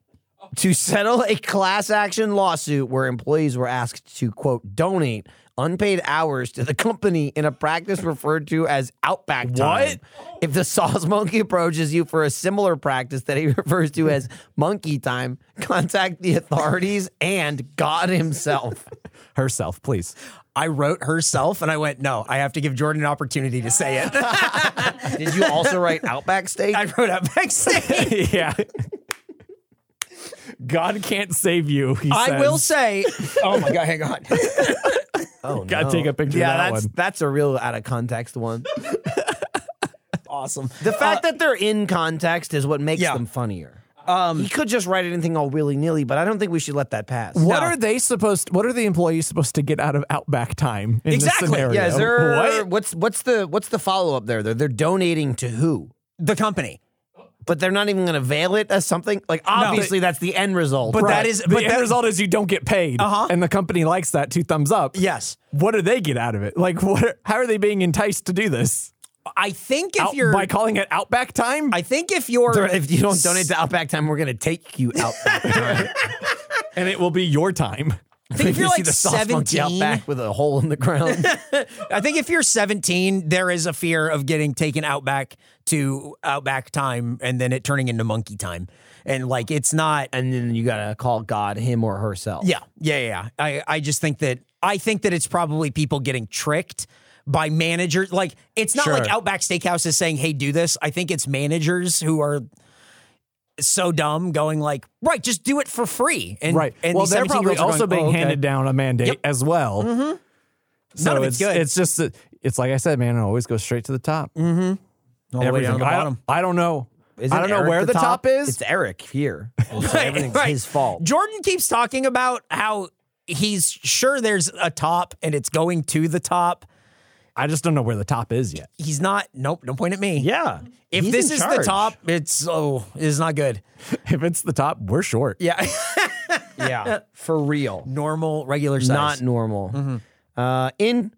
Speaker 1: to settle a class action lawsuit where employees were asked to quote donate unpaid hours to the company in a practice referred to as outback time. What? If the sauce monkey approaches you for a similar practice that he (laughs) refers to as monkey time, contact the authorities and God himself.
Speaker 2: Herself, please.
Speaker 3: I wrote herself and I went, no, I have to give Jordan an opportunity to say it. (laughs)
Speaker 1: Did you also write
Speaker 2: (laughs)
Speaker 1: outback steak?
Speaker 3: I wrote up (laughs) backstage.
Speaker 2: yeah. God can't save you. He
Speaker 3: I
Speaker 2: says.
Speaker 3: will say, (laughs) oh my God, hang on.
Speaker 2: Gotta take a picture
Speaker 1: yeah,
Speaker 2: of that
Speaker 1: that's
Speaker 2: one.
Speaker 1: that's a real out of context one.
Speaker 3: awesome.
Speaker 1: The fact that they're in context is what makes
Speaker 3: yeah.
Speaker 1: them funnier. Um, he could just write anything all willy nilly, but I don't think we should let that pass.
Speaker 2: What
Speaker 3: No.
Speaker 2: are they supposed? What are the employees supposed to get out of Outback time in
Speaker 3: Exactly.
Speaker 2: this scenario?
Speaker 1: Yeah, is there
Speaker 2: what?
Speaker 1: what's what's the what's the follow up there? They're they're donating to who?
Speaker 3: The company.
Speaker 1: but they're not even going to veil it as something. Like obviously, that's the end result.
Speaker 2: But
Speaker 3: Right.
Speaker 2: that is
Speaker 3: The
Speaker 2: but the
Speaker 3: end
Speaker 2: end result is you don't get paid,
Speaker 3: Uh-huh.
Speaker 2: and the company likes that. Two thumbs up.
Speaker 3: Yes.
Speaker 2: What do they get out of it? Like, what? Are, how are they being enticed to do this?
Speaker 3: I think if
Speaker 2: Out-
Speaker 3: you're,
Speaker 2: by calling it Outback time.
Speaker 3: I think if you're,
Speaker 1: They're- if you don't donate to Outback Time, we're going to take you out. (laughs)
Speaker 2: and it will be your time.
Speaker 3: I think if (laughs) you're
Speaker 1: You see
Speaker 3: like
Speaker 1: the soft monkey
Speaker 3: 17,
Speaker 1: Outback with a hole in the ground. (laughs)
Speaker 3: I think if you're 17, there is a fear of getting taken out back to outback time and then it turning into monkey time. And like it's not
Speaker 1: and then you gotta call God him or herself.
Speaker 3: Yeah, yeah, yeah. yeah. I, I just think that I think that it's probably people getting tricked by managers. Like it's not like
Speaker 2: Sure.
Speaker 3: Outback Steakhouse is saying, "Hey, do this." I think it's managers who are so dumb, going like, "Right, just do it for free." And
Speaker 2: right.
Speaker 3: and
Speaker 2: well,
Speaker 3: these
Speaker 2: they're
Speaker 3: 17
Speaker 2: probably
Speaker 3: year olds are
Speaker 2: also
Speaker 3: going,
Speaker 2: being
Speaker 3: "Oh, okay."
Speaker 2: handed down a mandate
Speaker 3: Yep. Mm-hmm.
Speaker 2: as well. So
Speaker 3: None of it's
Speaker 2: it's
Speaker 3: good. Mm.
Speaker 2: it's just that- it's like I said, man. It always goes straight to the top.
Speaker 3: All the way down to
Speaker 2: Everything.
Speaker 3: the
Speaker 2: I,
Speaker 3: bottom.
Speaker 2: don't, I don't know. I don't know
Speaker 1: Eric
Speaker 2: where the top, is.
Speaker 1: It's Eric here. And so everything's
Speaker 3: (laughs) Right.
Speaker 1: his fault.
Speaker 3: Jordan keeps talking about how he's sure there's a top and it's going to the top.
Speaker 2: I just don't know where the top is
Speaker 3: (laughs)
Speaker 2: yet.
Speaker 3: He's not. Nope. Don't point at me.
Speaker 1: Yeah.
Speaker 3: If
Speaker 1: He's
Speaker 3: this
Speaker 1: in
Speaker 3: is the
Speaker 1: charge.
Speaker 3: top, it's oh, it's not good.
Speaker 2: If it's the top, we're short.
Speaker 3: Yeah.
Speaker 2: (laughs)
Speaker 1: yeah, for real,
Speaker 3: (laughs) normal, regular size.
Speaker 1: not normal. Uh, in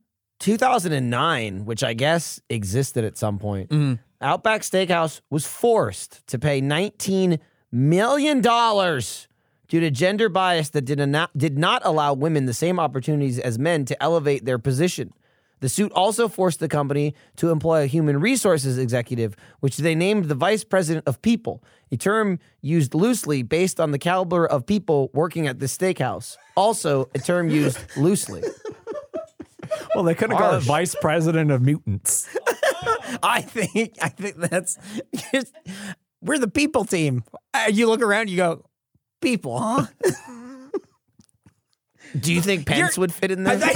Speaker 1: 2009, which I guess existed at some point, Outback Steakhouse was forced to pay 19 million dollars due to gender bias that did not did not allow women the same opportunities as men to elevate their position. The suit also forced the company to employ a human resources executive, which they named the vice president of people, a term used loosely based on the caliber of people working at the steakhouse. Also, a term used loosely.
Speaker 2: Well, they could have called it
Speaker 1: Harsh.
Speaker 2: vice president of mutants.
Speaker 3: (laughs) I think I think that's (laughs) we're the people team. Uh, you look around, you go, people, huh?
Speaker 2: (laughs)
Speaker 1: Do you think Pence
Speaker 3: You're-
Speaker 1: would fit in there? (laughs)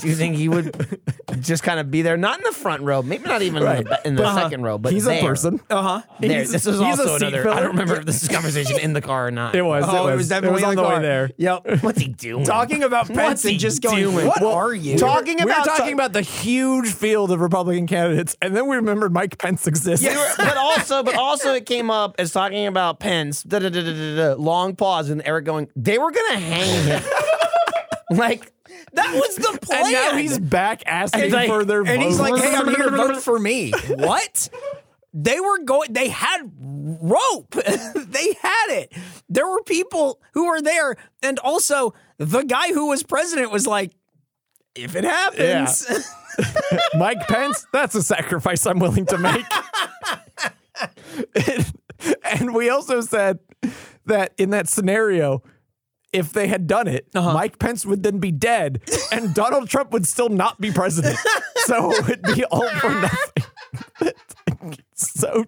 Speaker 1: Do you think he would just kind of be there, not in the front row, maybe not even in the, ba- in the second row, but
Speaker 2: He's
Speaker 1: there.
Speaker 2: a person. (laughs)
Speaker 3: uh huh.
Speaker 1: There.
Speaker 2: He's-
Speaker 1: this was
Speaker 2: he's a
Speaker 1: also
Speaker 2: seat
Speaker 1: another. I
Speaker 2: filler.
Speaker 1: don't remember if this is a conversation in the car or not.
Speaker 2: It was.
Speaker 3: Oh,
Speaker 2: it was,
Speaker 3: definitely
Speaker 2: on the,
Speaker 3: car.
Speaker 2: way there. (laughs)
Speaker 1: (laughs)
Speaker 3: Yep.
Speaker 1: What's he doing?
Speaker 3: talking about
Speaker 1: What's
Speaker 3: Pence
Speaker 1: he
Speaker 3: and just going,
Speaker 1: doing?
Speaker 3: what
Speaker 1: Well,
Speaker 3: are you?
Speaker 2: Talking about we were talking about the huge field of Republican candidates, and then we remembered Mike Pence exists.
Speaker 1: We were- but also, but also, it came up as talking about Pence. Da, da, da, da, da, da, long pause, and Eric going, "They were gonna hang
Speaker 2: (laughs)
Speaker 1: him." like
Speaker 3: that was the plan.
Speaker 2: and now he's back asking
Speaker 1: And like-
Speaker 2: for their
Speaker 3: And he's
Speaker 2: vote.
Speaker 3: like, hey, I'm here to vote for
Speaker 2: (laughs)
Speaker 3: me. what? They were going, they had rope. (laughs) they had it. There were people who were there. And also, the guy who was president was like, if it happens, (laughs)
Speaker 2: Mike Pence, that's a sacrifice I'm willing to make. (laughs) and we also said that in that scenario, if they had done it, Mike Pence would then be dead, and Donald Trump would still not be president. so it would be all for nothing. It's (laughs) so dumb.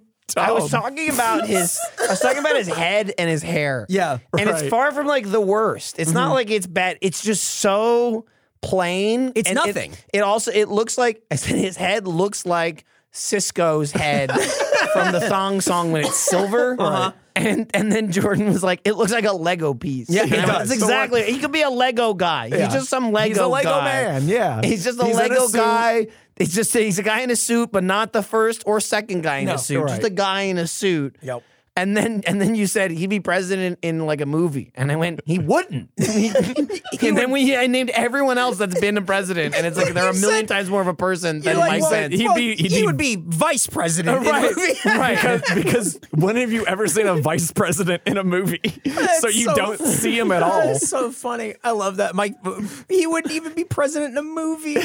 Speaker 1: I was talking about his, I was talking about his head and his hair.
Speaker 3: Yeah,
Speaker 1: and it's
Speaker 2: right. Mm-hmm.
Speaker 1: far from like the worst. It's not like it's bad. It's just so plain.
Speaker 3: It's
Speaker 1: and it-
Speaker 3: nothing.
Speaker 1: It, also it looks like (laughs) I said his head looks like Cisco's
Speaker 2: (laughs)
Speaker 1: head from the thong song when it's silver.
Speaker 2: Uh-huh.
Speaker 1: And and then Jordan was like, it looks like a Lego piece. Yeah,
Speaker 2: it does.
Speaker 1: that's exactly. He could be a Lego guy.
Speaker 2: Yeah.
Speaker 1: He's just some Lego.
Speaker 2: He's a Lego
Speaker 1: guy.
Speaker 2: man, yeah.
Speaker 1: he's just a
Speaker 2: He's in a
Speaker 1: Lego
Speaker 2: suit.
Speaker 1: guy. It's just he's a guy in a suit, but not the first or second guy in
Speaker 2: No,
Speaker 1: a suit.
Speaker 2: you're
Speaker 1: Just
Speaker 2: right.
Speaker 1: a guy in a suit.
Speaker 2: Yep.
Speaker 1: And then and then you said he'd be president in like a movie, and I went he
Speaker 2: (laughs)
Speaker 1: wouldn't. (laughs) and then we I named everyone else that's been a president, and it's like
Speaker 2: (laughs)
Speaker 1: they're a million times more of a person than
Speaker 3: like,
Speaker 1: Mike
Speaker 3: well,
Speaker 1: Pence.
Speaker 2: he'd
Speaker 3: well,
Speaker 2: be- he'd
Speaker 3: he
Speaker 2: be-
Speaker 3: would be vice president. in
Speaker 2: Right,
Speaker 3: the movie.
Speaker 2: (laughs)
Speaker 3: (laughs)
Speaker 2: right. Because, because when have you ever seen a vice president in a movie? so you
Speaker 3: so-
Speaker 2: don't see him at
Speaker 3: That (laughs)
Speaker 2: all.
Speaker 3: is so funny. I love that. Mike, he wouldn't even be president in
Speaker 2: (laughs)
Speaker 3: a movie.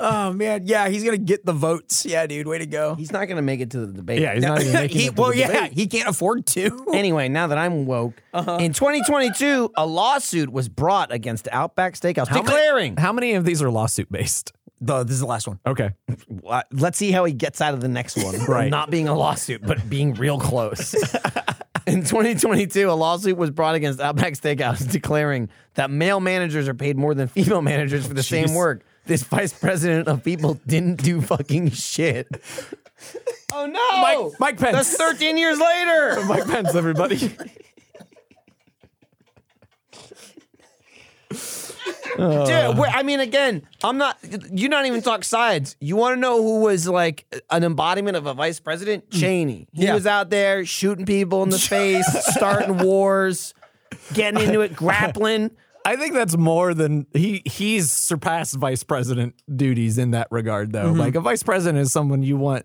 Speaker 3: oh, man. Yeah, he's going to get the votes. Yeah, dude, way to go.
Speaker 1: He's not going to make it to the debate.
Speaker 2: Yeah, he's
Speaker 1: (laughs)
Speaker 2: not even making
Speaker 3: He,
Speaker 2: it to
Speaker 3: well,
Speaker 2: the
Speaker 3: yeah,
Speaker 2: debate. Uh-huh.
Speaker 3: he can't afford to.
Speaker 1: Anyway, now that I'm woke, in 2022, a lawsuit was brought against Outback Steakhouse, declaring.
Speaker 2: How many of these are lawsuit based?
Speaker 3: The, this is the last one.
Speaker 2: Okay.
Speaker 1: Well, let's see how he gets out of the next one.
Speaker 2: (laughs) Right.
Speaker 1: Not being a lawsuit, but being real close.
Speaker 2: (laughs)
Speaker 1: In 2022, a lawsuit was brought against Outback Steakhouse declaring that male managers are paid more than female managers for the same work. This vice president of people didn't do fucking
Speaker 2: (laughs)
Speaker 1: shit. Oh no!
Speaker 2: Mike- Mike Pence.
Speaker 1: That's 13 years later.
Speaker 2: (laughs) Mike Pence, everybody.
Speaker 1: Dude, wait, I mean, again, I'm not. You not even talk sides. You want to know who was like an embodiment of a vice president? Cheney. He
Speaker 3: Yeah.
Speaker 1: was out there shooting people in the face, starting wars, getting into it, grappling.
Speaker 2: (laughs) I think that's more than he he's surpassed vice president duties in that regard though. Like a vice president is someone you want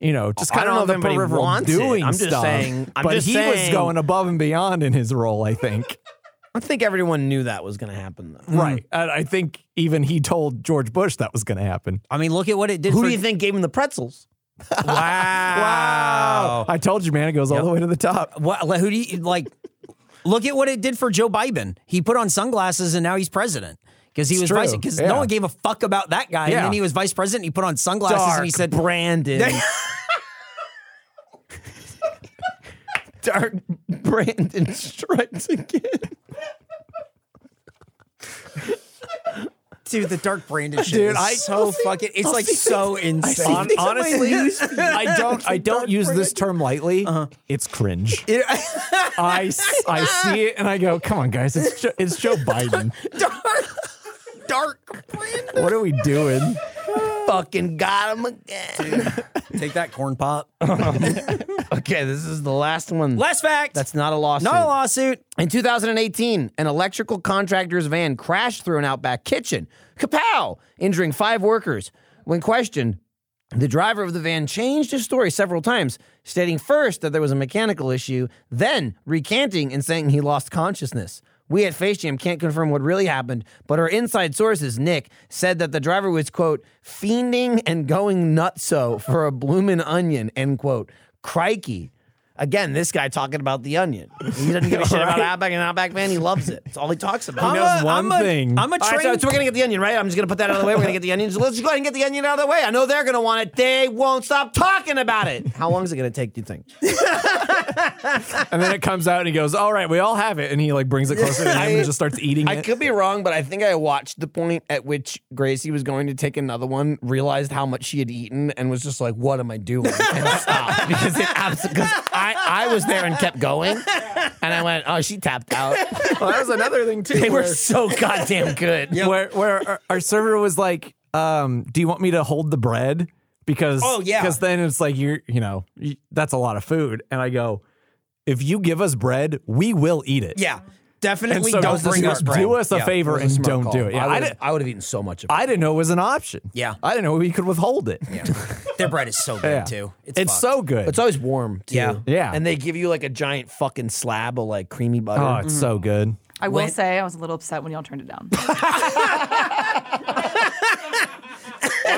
Speaker 2: you know, just
Speaker 1: I
Speaker 2: kind
Speaker 1: don't
Speaker 2: of
Speaker 1: know
Speaker 2: on
Speaker 1: if
Speaker 2: the
Speaker 1: anybody
Speaker 2: peripheral
Speaker 1: wants it.
Speaker 2: doing
Speaker 1: I'm just
Speaker 2: stuff.
Speaker 1: saying- I'm
Speaker 2: but
Speaker 1: just
Speaker 2: he was
Speaker 1: saying-
Speaker 2: going above and beyond in his role,
Speaker 1: (laughs)
Speaker 2: I think.
Speaker 1: I think everyone knew that was going to happen, though.
Speaker 2: right. And I think even he told George Bush that was going to happen.
Speaker 3: I mean, look at what it did.
Speaker 1: Who
Speaker 3: for,
Speaker 1: do you think gave him the pretzels?
Speaker 3: Wow. wow.
Speaker 1: Oh.
Speaker 2: I told you, man, it goes all the way to the top.
Speaker 3: What? like, Who do you like? look at what it did for Joe Biden. He put on sunglasses and now he's president because he was
Speaker 2: true.
Speaker 3: vice. Because
Speaker 2: Yeah.
Speaker 3: no one gave a fuck about that guy.
Speaker 2: Yeah.
Speaker 3: And then he was vice president. He put on sunglasses
Speaker 1: Dark
Speaker 3: and he (laughs) said,
Speaker 1: Brandon.
Speaker 2: (laughs)
Speaker 1: Dark Brandon strikes (laughs) again.
Speaker 3: "Dude, the dark Brandon shit
Speaker 2: Dude,
Speaker 3: is
Speaker 2: I-
Speaker 3: so fucking. It's
Speaker 2: (laughs)
Speaker 3: like so insane."
Speaker 1: things on my
Speaker 2: honestly, I
Speaker 1: (laughs)
Speaker 2: don't. I don't use this term lightly.
Speaker 1: Uh-huh.
Speaker 2: It's cringe. I, s- I see it and I go, come on, guys. It's jo- it's Joe Biden.
Speaker 3: dark Brandon.
Speaker 2: What are we doing?
Speaker 1: Fucking got him again.
Speaker 3: Take that corn
Speaker 2: (laughs)
Speaker 3: pop.
Speaker 1: (laughs) Okay, this is the last one.
Speaker 3: Last fact.
Speaker 1: That's not a lawsuit.
Speaker 3: not a lawsuit.
Speaker 1: In 2018, an electrical contractor's van crashed through an outback kitchen. Kapow! Injuring five workers. When questioned, the driver of the van changed his story several times, stating first that there was a mechanical issue, then recanting and saying he lost consciousness. We at Face Jam can't confirm what really happened, but our inside sources, Nick, said that the driver was, quote, fiending and going nutso for a bloomin' onion, end quote. Crikey. Again, this guy talking about the onion. He doesn't give a shit about Outback and Outback Man. He loves it. It's all he talks about.
Speaker 2: He knows one
Speaker 3: I'm a,
Speaker 2: thing.
Speaker 3: I'm a
Speaker 1: All right, so,
Speaker 3: trained
Speaker 1: so we're gonna get the onion, right? I'm just gonna put that out of the way. We're gonna get the onion. So let's just go ahead and get the onion out of the way. I know they're gonna want it. They won't stop talking about it. How long is it gonna take? Do you think?
Speaker 2: and then it comes out and he goes, all right, we all have it. And he like brings it closer to him and just starts
Speaker 1: (laughs)
Speaker 2: eating
Speaker 1: I
Speaker 2: (laughs) it.
Speaker 1: could be wrong, but I think I watched the point at which Gracie was going to take another one, realized how much she had eaten, and was just like, "What am I doing?" and (laughs) stopped because it absolutely. I I was there and kept going, and I went, "Oh, she tapped out."
Speaker 2: Well, that was another thing too.
Speaker 1: They were
Speaker 2: where-
Speaker 1: so goddamn good.
Speaker 2: where where our, our server was like, um, "Do you want me to hold the bread?" Because
Speaker 3: Oh, yeah.
Speaker 2: because then it's like you're you know y- that's a lot of food, and I go, "If you give us bread, we will eat it."
Speaker 3: Yeah,
Speaker 2: and
Speaker 3: definitely
Speaker 2: so
Speaker 3: don't bring
Speaker 2: do,
Speaker 3: us bread.
Speaker 2: do us a
Speaker 3: Yeah.
Speaker 2: favor and don't
Speaker 1: Call.
Speaker 2: do it. Yeah,
Speaker 1: I
Speaker 2: I,
Speaker 1: would
Speaker 2: didn't.
Speaker 1: have I would've eaten so much of it.
Speaker 2: I didn't know it was an option.
Speaker 3: Yeah.
Speaker 2: I didn't know we could withhold it.
Speaker 3: Their bread is so good
Speaker 2: (laughs) Yeah.
Speaker 3: too.
Speaker 2: It's,
Speaker 3: It's, fucked.
Speaker 2: so good.
Speaker 1: It's always warm too.
Speaker 3: Yeah.
Speaker 2: Yeah.
Speaker 1: And they give you like a giant fucking slab of like creamy butter.
Speaker 2: oh, it's so good.
Speaker 4: I will say I was a little upset when y'all turned it down.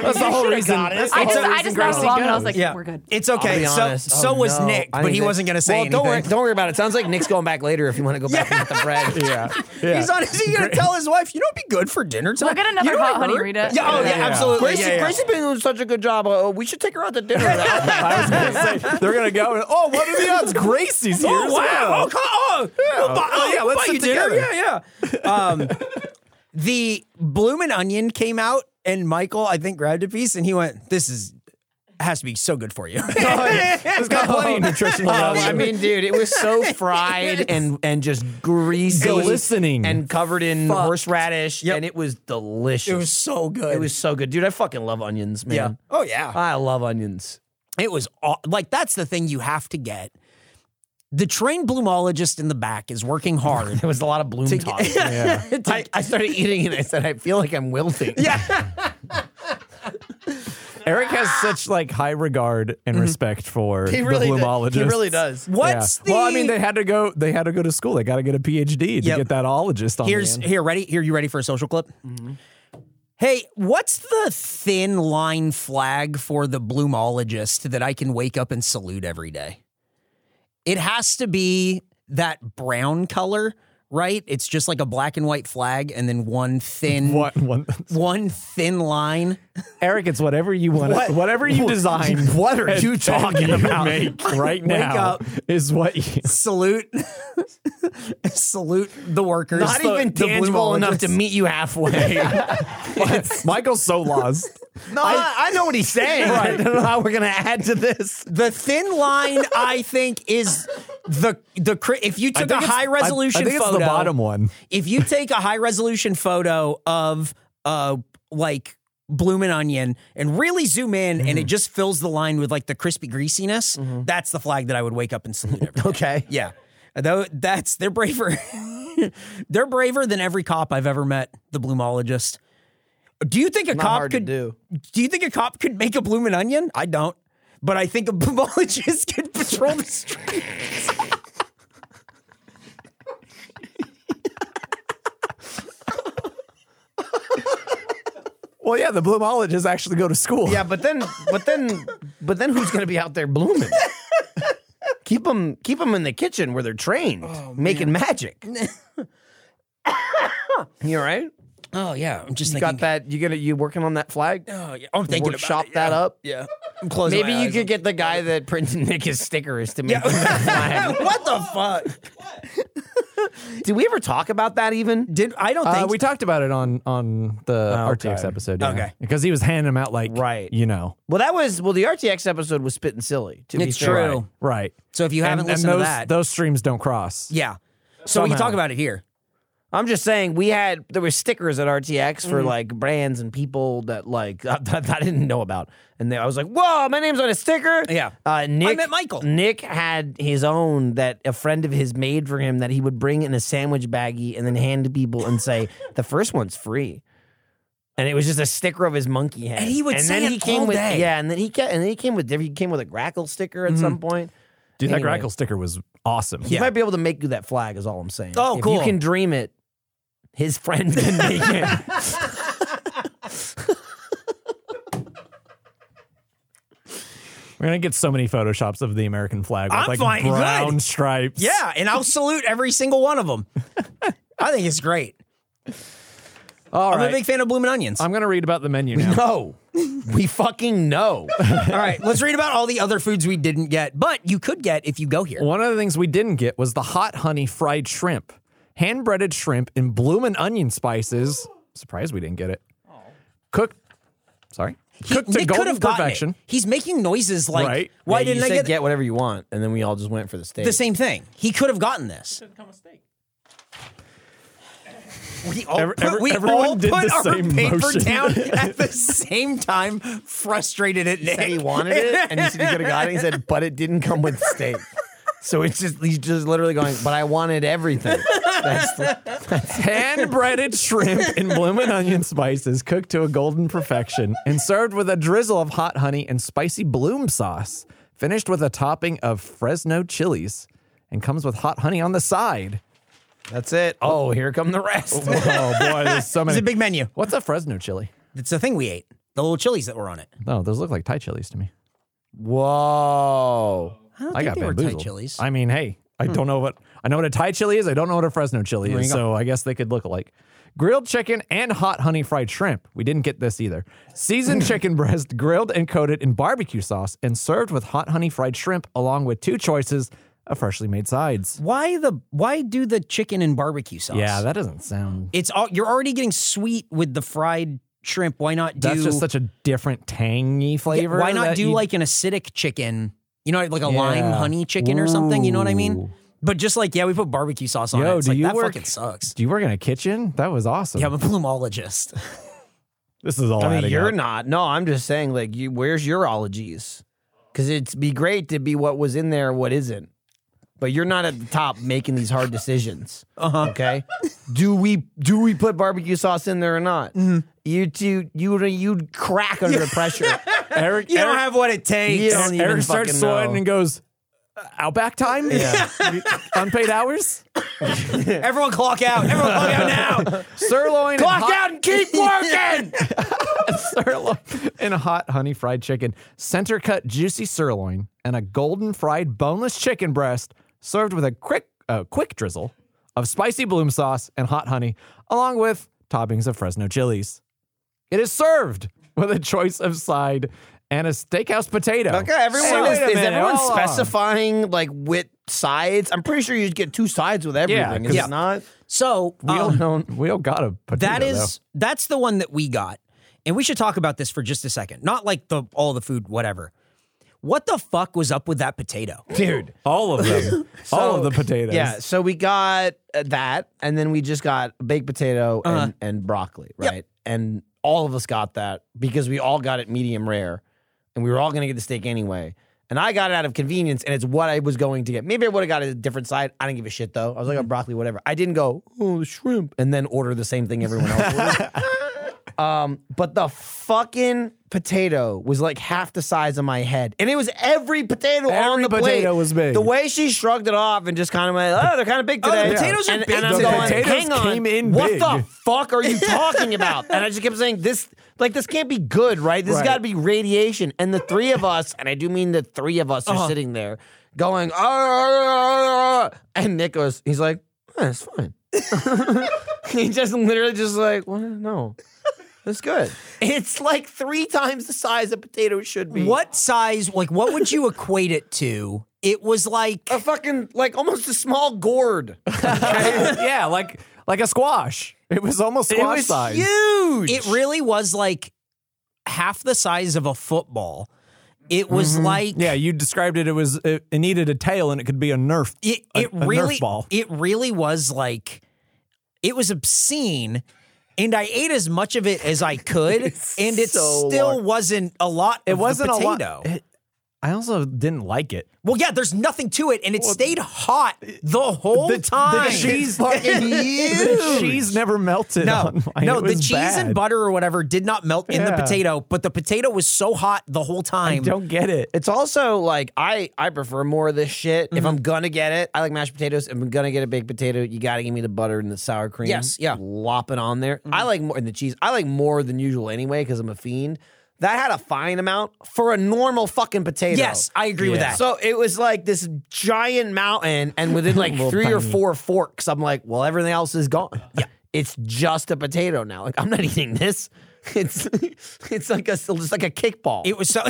Speaker 2: That's the whole reason. That's the
Speaker 4: I
Speaker 2: whole
Speaker 4: just, I
Speaker 2: reason
Speaker 4: just got
Speaker 2: Gracie
Speaker 4: along and I
Speaker 2: goes.
Speaker 4: was like,
Speaker 3: Yeah.
Speaker 4: we're good.
Speaker 3: It's
Speaker 1: I'll
Speaker 3: okay.
Speaker 1: be
Speaker 3: So
Speaker 1: honest.
Speaker 3: so
Speaker 1: Oh,
Speaker 3: was
Speaker 1: no.
Speaker 3: Nick,
Speaker 1: I
Speaker 3: but
Speaker 1: need
Speaker 3: he
Speaker 1: to-
Speaker 3: wasn't gonna say
Speaker 1: well, Don't worry,
Speaker 3: anything.
Speaker 1: don't worry about it. Sounds like Nick's going back later if you want to go back and get the (laughs) bread.
Speaker 2: yeah. yeah.
Speaker 3: He's on. Is he gonna tell his wife? You know, it'd be good for dinner time.
Speaker 4: We'll get another
Speaker 3: you know
Speaker 4: hot
Speaker 3: what
Speaker 4: honey
Speaker 3: hurt?
Speaker 4: Rita.
Speaker 3: Yeah, oh yeah,
Speaker 2: Yeah, yeah.
Speaker 3: absolutely.
Speaker 1: Gracie,
Speaker 3: yeah, yeah.
Speaker 1: Gracie been doing such a good job. Uh, we should take her out to dinner.
Speaker 3: (laughs)
Speaker 1: I
Speaker 2: I was gonna say they're gonna go. And, oh, what are the odds? Gracie's here. as
Speaker 3: Oh wow!
Speaker 2: well."
Speaker 3: Oh, come on. We'll buy-
Speaker 2: Oh, yeah,
Speaker 3: we'll
Speaker 2: let's
Speaker 3: buy
Speaker 2: sit
Speaker 3: you dinner.
Speaker 2: together.
Speaker 3: Yeah, yeah. Um, (laughs) the bloomin' onion came out, and Michael, I think, grabbed a piece, and he went, "This is has to be so good for you." (laughs) Oh,
Speaker 2: There's got plenty
Speaker 1: (laughs)
Speaker 2: of nutritional value.
Speaker 1: Oh, mean, dude, it was so fried and and just greasy,
Speaker 2: Glistening.
Speaker 1: and covered in
Speaker 3: Fucked.
Speaker 1: horseradish,
Speaker 3: Yep.
Speaker 1: and it was delicious.
Speaker 3: it was so good.
Speaker 1: It was so good, dude. I fucking love onions, man.
Speaker 3: yeah. Oh yeah.
Speaker 1: I love onions.
Speaker 3: It was aw- like that's the thing you have to get. The trained bloomologist in the back is working hard.
Speaker 2: (laughs)
Speaker 1: There was a lot of bloom
Speaker 3: to
Speaker 1: talk.
Speaker 3: get- to-
Speaker 1: I, I started eating and I said, I feel like I'm wilting.
Speaker 2: Eric has such like high regard and respect for
Speaker 1: He really
Speaker 2: the
Speaker 1: does.
Speaker 2: bloomologists.
Speaker 1: He really does.
Speaker 3: What's the
Speaker 2: Well, I mean, they had to go. They had to go to school. They got to get a PhD to
Speaker 3: Yep.
Speaker 2: get that ologist on.
Speaker 3: (laughs) Here's
Speaker 2: Oh, man. Mm-hmm.
Speaker 3: here ready. Here you ready for a social clip? Hey, what's the thin line flag for the bloomologist that I can wake up and salute every day? It has to be that brown color, right? It's just like a black and white flag, and then one thin
Speaker 2: What- one-
Speaker 3: one thin line.
Speaker 2: Eric, it's whatever you want.
Speaker 1: What-
Speaker 2: Whatever you design. (laughs)
Speaker 1: what are
Speaker 2: and-
Speaker 1: you
Speaker 2: and
Speaker 1: talking
Speaker 2: you
Speaker 1: about?
Speaker 2: (laughs) Make right now
Speaker 3: up.
Speaker 2: is what (laughs) you.
Speaker 3: salute salute the workers.
Speaker 1: Not
Speaker 3: the-
Speaker 1: even
Speaker 3: the
Speaker 1: tangible
Speaker 3: bloomologists.
Speaker 1: enough to meet you halfway.
Speaker 3: (laughs)
Speaker 2: (laughs) Michael's so lost.
Speaker 1: no, I, I know what he's saying. I don't know how we're going to add to this.
Speaker 3: The thin line, I think, is the the cri- if you
Speaker 2: I
Speaker 3: took a
Speaker 2: think it's-
Speaker 3: high
Speaker 2: I-
Speaker 3: resolution
Speaker 2: I, think
Speaker 3: photo,
Speaker 2: it's the bottom
Speaker 3: (laughs)
Speaker 2: one.
Speaker 3: if you take a high resolution photo of uh like bloomin' onion and really zoom in
Speaker 1: Mm-hmm.
Speaker 3: and it just fills the line with like the crispy greasiness, that's the flag that I would wake up and salute. Every day.
Speaker 1: Okay.
Speaker 3: Yeah. Though that's they're braver. (laughs) they're braver than every cop I've ever met, the bloomologist. Do you think a
Speaker 1: Not
Speaker 3: cop
Speaker 1: hard to
Speaker 3: could
Speaker 1: do.
Speaker 3: do you think a cop could make a bloomin' onion? I don't. But I think a (laughs) bloomologist could patrol the street.
Speaker 2: Well, yeah, the bloomologists actually go to school.
Speaker 1: Yeah, but then, but then, but then, who's gonna be out there blooming? keep them, keep them in the kitchen where they're trained, making magic. you all right?
Speaker 3: Oh yeah, I'm just
Speaker 1: You
Speaker 3: thinking.
Speaker 1: got that? You gonna you working on that flag?
Speaker 3: Oh, yeah. I'm thinking about
Speaker 1: Workshop
Speaker 3: it,
Speaker 1: that
Speaker 3: yeah.
Speaker 1: up.
Speaker 3: Yeah, I'm closing.
Speaker 1: Maybe
Speaker 3: my
Speaker 1: you
Speaker 3: eyes.
Speaker 1: could get the guy that (laughs) printed Nick's stickers to make.
Speaker 3: Yeah. (laughs) what the fuck?
Speaker 1: Did we ever talk about that even?
Speaker 3: Did I don't
Speaker 2: Uh,
Speaker 3: think
Speaker 2: we talked about it on on the
Speaker 1: Okay.
Speaker 2: RTX episode. yeah.
Speaker 3: Okay.
Speaker 2: because he was handing them out like
Speaker 1: Right.
Speaker 2: you know,
Speaker 1: Well, that was well. The RTX episode was spitting silly. To
Speaker 3: It's
Speaker 1: be fair.
Speaker 3: true.
Speaker 2: right.
Speaker 3: So if you
Speaker 2: And-
Speaker 3: haven't
Speaker 2: and,
Speaker 3: listened
Speaker 2: those,
Speaker 3: to that,
Speaker 2: those streams don't cross.
Speaker 3: yeah. So we can talk about it here.
Speaker 1: I'm just saying we had there were stickers at RTX
Speaker 3: Mm-hmm.
Speaker 1: for like brands and people that like (laughs) I, that I didn't know about, and they, I was like, "Whoa, my name's on a sticker."
Speaker 3: Yeah.
Speaker 1: uh, Nick
Speaker 3: met Michael.
Speaker 1: Nick had his own that a friend of his made for him that he would bring in a sandwich baggie and then hand to people and
Speaker 3: (laughs)
Speaker 1: say, "The first one's free." And it was just a sticker of his monkey head,
Speaker 3: And he would say
Speaker 1: then
Speaker 3: it
Speaker 1: he came
Speaker 3: all
Speaker 1: with
Speaker 3: day. Mm-hmm.
Speaker 1: yeah, and then he ca- and then he came with he came with a Grackle sticker at some point.
Speaker 2: Dude, that
Speaker 1: Anyway.
Speaker 2: Grackle sticker was awesome.
Speaker 1: He might be able to make you that flag, is all I'm saying.
Speaker 3: Oh,
Speaker 1: if
Speaker 3: cool.
Speaker 1: You can dream it. His friend can
Speaker 3: (laughs)
Speaker 1: make it.
Speaker 2: We're gonna get so many photoshops of the American flag with
Speaker 3: I'm
Speaker 2: like
Speaker 3: fine, good.
Speaker 2: brown stripes.
Speaker 3: Yeah, and I'll salute every single one of (laughs) them. I think it's great.
Speaker 2: all
Speaker 3: I'm
Speaker 2: right.
Speaker 3: a big fan of Bloomin' Onions.
Speaker 2: I'm gonna read about the menu now.
Speaker 1: No. We fucking know.
Speaker 3: all right, let's read about all the other foods we didn't get, but you could get if you go
Speaker 2: (laughs)
Speaker 3: here.
Speaker 2: One of the things we didn't get was the hot honey fried shrimp, hand breaded shrimp in bloomin' onion spices. Surprised we didn't get it. Cooked. Sorry.
Speaker 3: He-
Speaker 2: cooked to
Speaker 3: Nick could
Speaker 2: golden
Speaker 3: have gotten
Speaker 2: perfection.
Speaker 3: It. He's making noises like,
Speaker 2: Right.
Speaker 3: "Why
Speaker 1: Yeah,
Speaker 3: didn't
Speaker 1: you
Speaker 3: I
Speaker 1: said
Speaker 3: get,
Speaker 1: get whatever you want? And then we all just went for the steak.
Speaker 3: the same thing?" He could have gotten this. We all
Speaker 2: Every-
Speaker 3: put,
Speaker 2: every-
Speaker 3: we
Speaker 2: everyone
Speaker 3: all
Speaker 2: did
Speaker 3: put
Speaker 2: the
Speaker 3: our
Speaker 2: same
Speaker 3: paper
Speaker 2: motion.
Speaker 3: down
Speaker 2: (laughs)
Speaker 3: at the same time, frustrated at Nick.
Speaker 1: Said he wanted it and he said he could have got it. He
Speaker 3: (laughs)
Speaker 1: said, but it didn't come with steak. So it's just he's just literally going, but I wanted everything. That's the-
Speaker 2: Hand breaded shrimp in bloomin' onion spices, cooked to a golden perfection, and served with a drizzle of hot honey and spicy bloom sauce. Finished with a topping of Fresno chilies, and comes with hot honey on the side.
Speaker 1: that's it. Oh, here come the rest.
Speaker 2: (laughs) Oh boy, there's so many.
Speaker 3: It's a big menu.
Speaker 2: What's a Fresno chili?
Speaker 3: It's the thing we ate. The little chilies that were on it.
Speaker 2: No, those look like Thai chilies to me.
Speaker 1: Whoa.
Speaker 3: I don't
Speaker 2: I
Speaker 3: think
Speaker 2: got
Speaker 3: they were
Speaker 2: bamboozled.
Speaker 3: Thai chilies.
Speaker 2: I mean, hey, I don't know what I know what a Thai chili is. I don't know what a Fresno chili is. So I guess they could look alike. Grilled chicken and hot honey fried shrimp. We didn't get this either.
Speaker 3: (laughs)
Speaker 2: Seasoned chicken breast, grilled and coated in barbecue sauce, and served with hot honey fried shrimp, along with two choices of freshly made sides.
Speaker 3: why the why do the chicken and barbecue sauce?
Speaker 2: Yeah, that doesn't sound.
Speaker 3: it's all you're already getting sweet with the fried shrimp. Why not do
Speaker 2: That's just such a different tangy flavor.
Speaker 3: Why not
Speaker 2: that
Speaker 3: do
Speaker 2: you-
Speaker 3: like an acidic chicken? You know, like a lime
Speaker 2: Yeah.
Speaker 3: honey chicken or something. You know what I
Speaker 2: Ooh.
Speaker 3: mean? But just like yeah, we put barbecue sauce on
Speaker 2: Yo,
Speaker 3: it. It's
Speaker 2: do
Speaker 3: like,
Speaker 2: you
Speaker 3: that
Speaker 2: work-
Speaker 3: fucking sucks.
Speaker 2: Do you work in a kitchen? That was awesome.
Speaker 3: Yeah, I'm a plumologist.
Speaker 2: this is all.
Speaker 1: I mean,
Speaker 2: adding
Speaker 1: you're
Speaker 2: up.
Speaker 1: not. No, I'm just saying, like, you, where's your ologies? Because it'd be great to be what was in there, what isn't. But you're not at the top making these hard decisions. Uh-huh. Okay. do we do we put barbecue sauce in there or not?
Speaker 2: Mm-hmm.
Speaker 1: You two, you would- you'd crack under
Speaker 2: (laughs)
Speaker 1: pressure.
Speaker 2: (laughs) Eric.
Speaker 3: you don't
Speaker 2: Eric-
Speaker 3: have what it takes.
Speaker 1: You don't
Speaker 2: Eric
Speaker 1: even
Speaker 2: starts
Speaker 1: fucking
Speaker 2: sweating
Speaker 1: know.
Speaker 2: and goes, "Uh, "Outback time? Yeah, (laughs) unpaid hours,
Speaker 3: Everyone clock out. Everyone clock out
Speaker 2: (laughs)
Speaker 3: now.
Speaker 2: sirloin, and
Speaker 1: Clock
Speaker 2: hot,
Speaker 1: out and keep working.
Speaker 2: (laughs) sirloin, and a hot honey fried chicken, center cut juicy sirloin, and a golden fried boneless chicken breast served with a quick, uh, quick drizzle of spicy bloom sauce and hot honey, along with toppings of Fresno chilies. It is served with a choice of side and a steakhouse potato.
Speaker 1: okay, everyone
Speaker 2: Hey,
Speaker 1: is,
Speaker 2: wait a
Speaker 1: is
Speaker 2: minute,
Speaker 1: everyone
Speaker 2: hold on.
Speaker 1: specifying like with sides? I'm pretty sure you'd get two sides with everything. is
Speaker 2: 'cause-
Speaker 1: it not?
Speaker 3: So
Speaker 2: We all
Speaker 3: um,
Speaker 2: know. We all got a potato.
Speaker 3: That is
Speaker 2: though.
Speaker 3: that's the one that we got. And we should talk about this for just a second. Not like the all the food, whatever. what the fuck was up with that potato?
Speaker 1: dude.
Speaker 2: All of (laughs) them. All of the potatoes.
Speaker 1: Yeah, so we got uh, that, and then we just got baked potato and, and broccoli, right? And all of us got that because we all got it medium rare, and we were all going to get the steak anyway. And I got it out of convenience, and it's what I was going to get. Maybe I would have got a different side. I didn't give a shit though. I was like, oh, broccoli, whatever. I didn't go, oh, the shrimp, and then order the same thing everyone else ordered. Um, but the fucking potato was like half the size of my head, and it was every potato on
Speaker 2: Every
Speaker 1: the plate.
Speaker 2: potato was big.
Speaker 1: The way she shrugged it off and just kind of went, "Oh, they're kind of big
Speaker 3: Oh, the
Speaker 1: today."
Speaker 3: potatoes are
Speaker 1: and,
Speaker 3: big
Speaker 1: And I'm
Speaker 2: today.
Speaker 1: going,
Speaker 2: Potatoes
Speaker 1: "Hang on,
Speaker 2: came in
Speaker 1: what
Speaker 2: big."
Speaker 1: the fuck are you talking about?" And I just kept saying, "This, like, this can't be good, right? This
Speaker 2: Right.
Speaker 1: has got to be radiation." And the three of us, and I do mean the three of us, are
Speaker 2: Uh-huh.
Speaker 1: sitting there going, "Ah, "Arr, arr, arr," ah, and Nick goes, "He's like, yeah, it's fine." (laughs) he just literally just like, well, no. That's good. (laughs) It's like three times the size a potato should be.
Speaker 3: What size? Like, what would you equate it to? It was like
Speaker 1: A fucking like almost a small gourd.
Speaker 2: yeah, like like a squash. It was almost squash size.
Speaker 1: huge.
Speaker 3: it really was like half the size of a football. It was like
Speaker 2: Mm-hmm. Yeah, you described it. It was it, it needed a tail, and it could be a Nerf.
Speaker 3: it
Speaker 2: a-
Speaker 3: it
Speaker 2: a Nerf
Speaker 3: really
Speaker 2: ball.
Speaker 3: it really was like it was obscene and I ate as much of it
Speaker 2: (laughs)
Speaker 3: as I could and it
Speaker 1: so
Speaker 3: still
Speaker 1: large.
Speaker 3: wasn't a lot
Speaker 2: It
Speaker 3: of the
Speaker 2: wasn't a lot.
Speaker 3: potato.
Speaker 2: it- I also didn't like it.
Speaker 3: well yeah there's nothing to it and it stayed hot the whole time.
Speaker 2: the cheese,
Speaker 1: fucking
Speaker 2: (laughs) the
Speaker 1: huge.
Speaker 2: cheese never melted.
Speaker 3: no,
Speaker 2: on mine.
Speaker 3: no,
Speaker 2: It
Speaker 3: the
Speaker 2: was
Speaker 3: cheese and
Speaker 2: bad.
Speaker 3: butter or whatever did not melt in the
Speaker 2: Yeah.
Speaker 3: potato, but the potato was so hot the whole
Speaker 2: I
Speaker 3: time.
Speaker 2: don't get it.
Speaker 1: It's also like I I prefer more of this shit. If I'm
Speaker 3: Mm-hmm.
Speaker 1: gonna get it, I like mashed potatoes. If I'm gonna get a baked potato, you gotta give me the butter and the sour cream.
Speaker 3: Yes, yeah. Mm-hmm.
Speaker 1: lop it on there. I like more and the cheese. I like more than usual anyway because I'm a fiend. That had a fine amount for a normal fucking potato.
Speaker 3: Yes, I agree with that.
Speaker 1: So it was like this giant mountain, and
Speaker 2: (laughs)
Speaker 1: within like
Speaker 2: Little
Speaker 1: three or
Speaker 2: tiny.
Speaker 1: four forks, I'm like, well, everything else is gone. Yeah, (laughs) it's just a potato now. Like I'm not eating this. (laughs) It's it's like a just like a kickball.
Speaker 3: It was so. (laughs)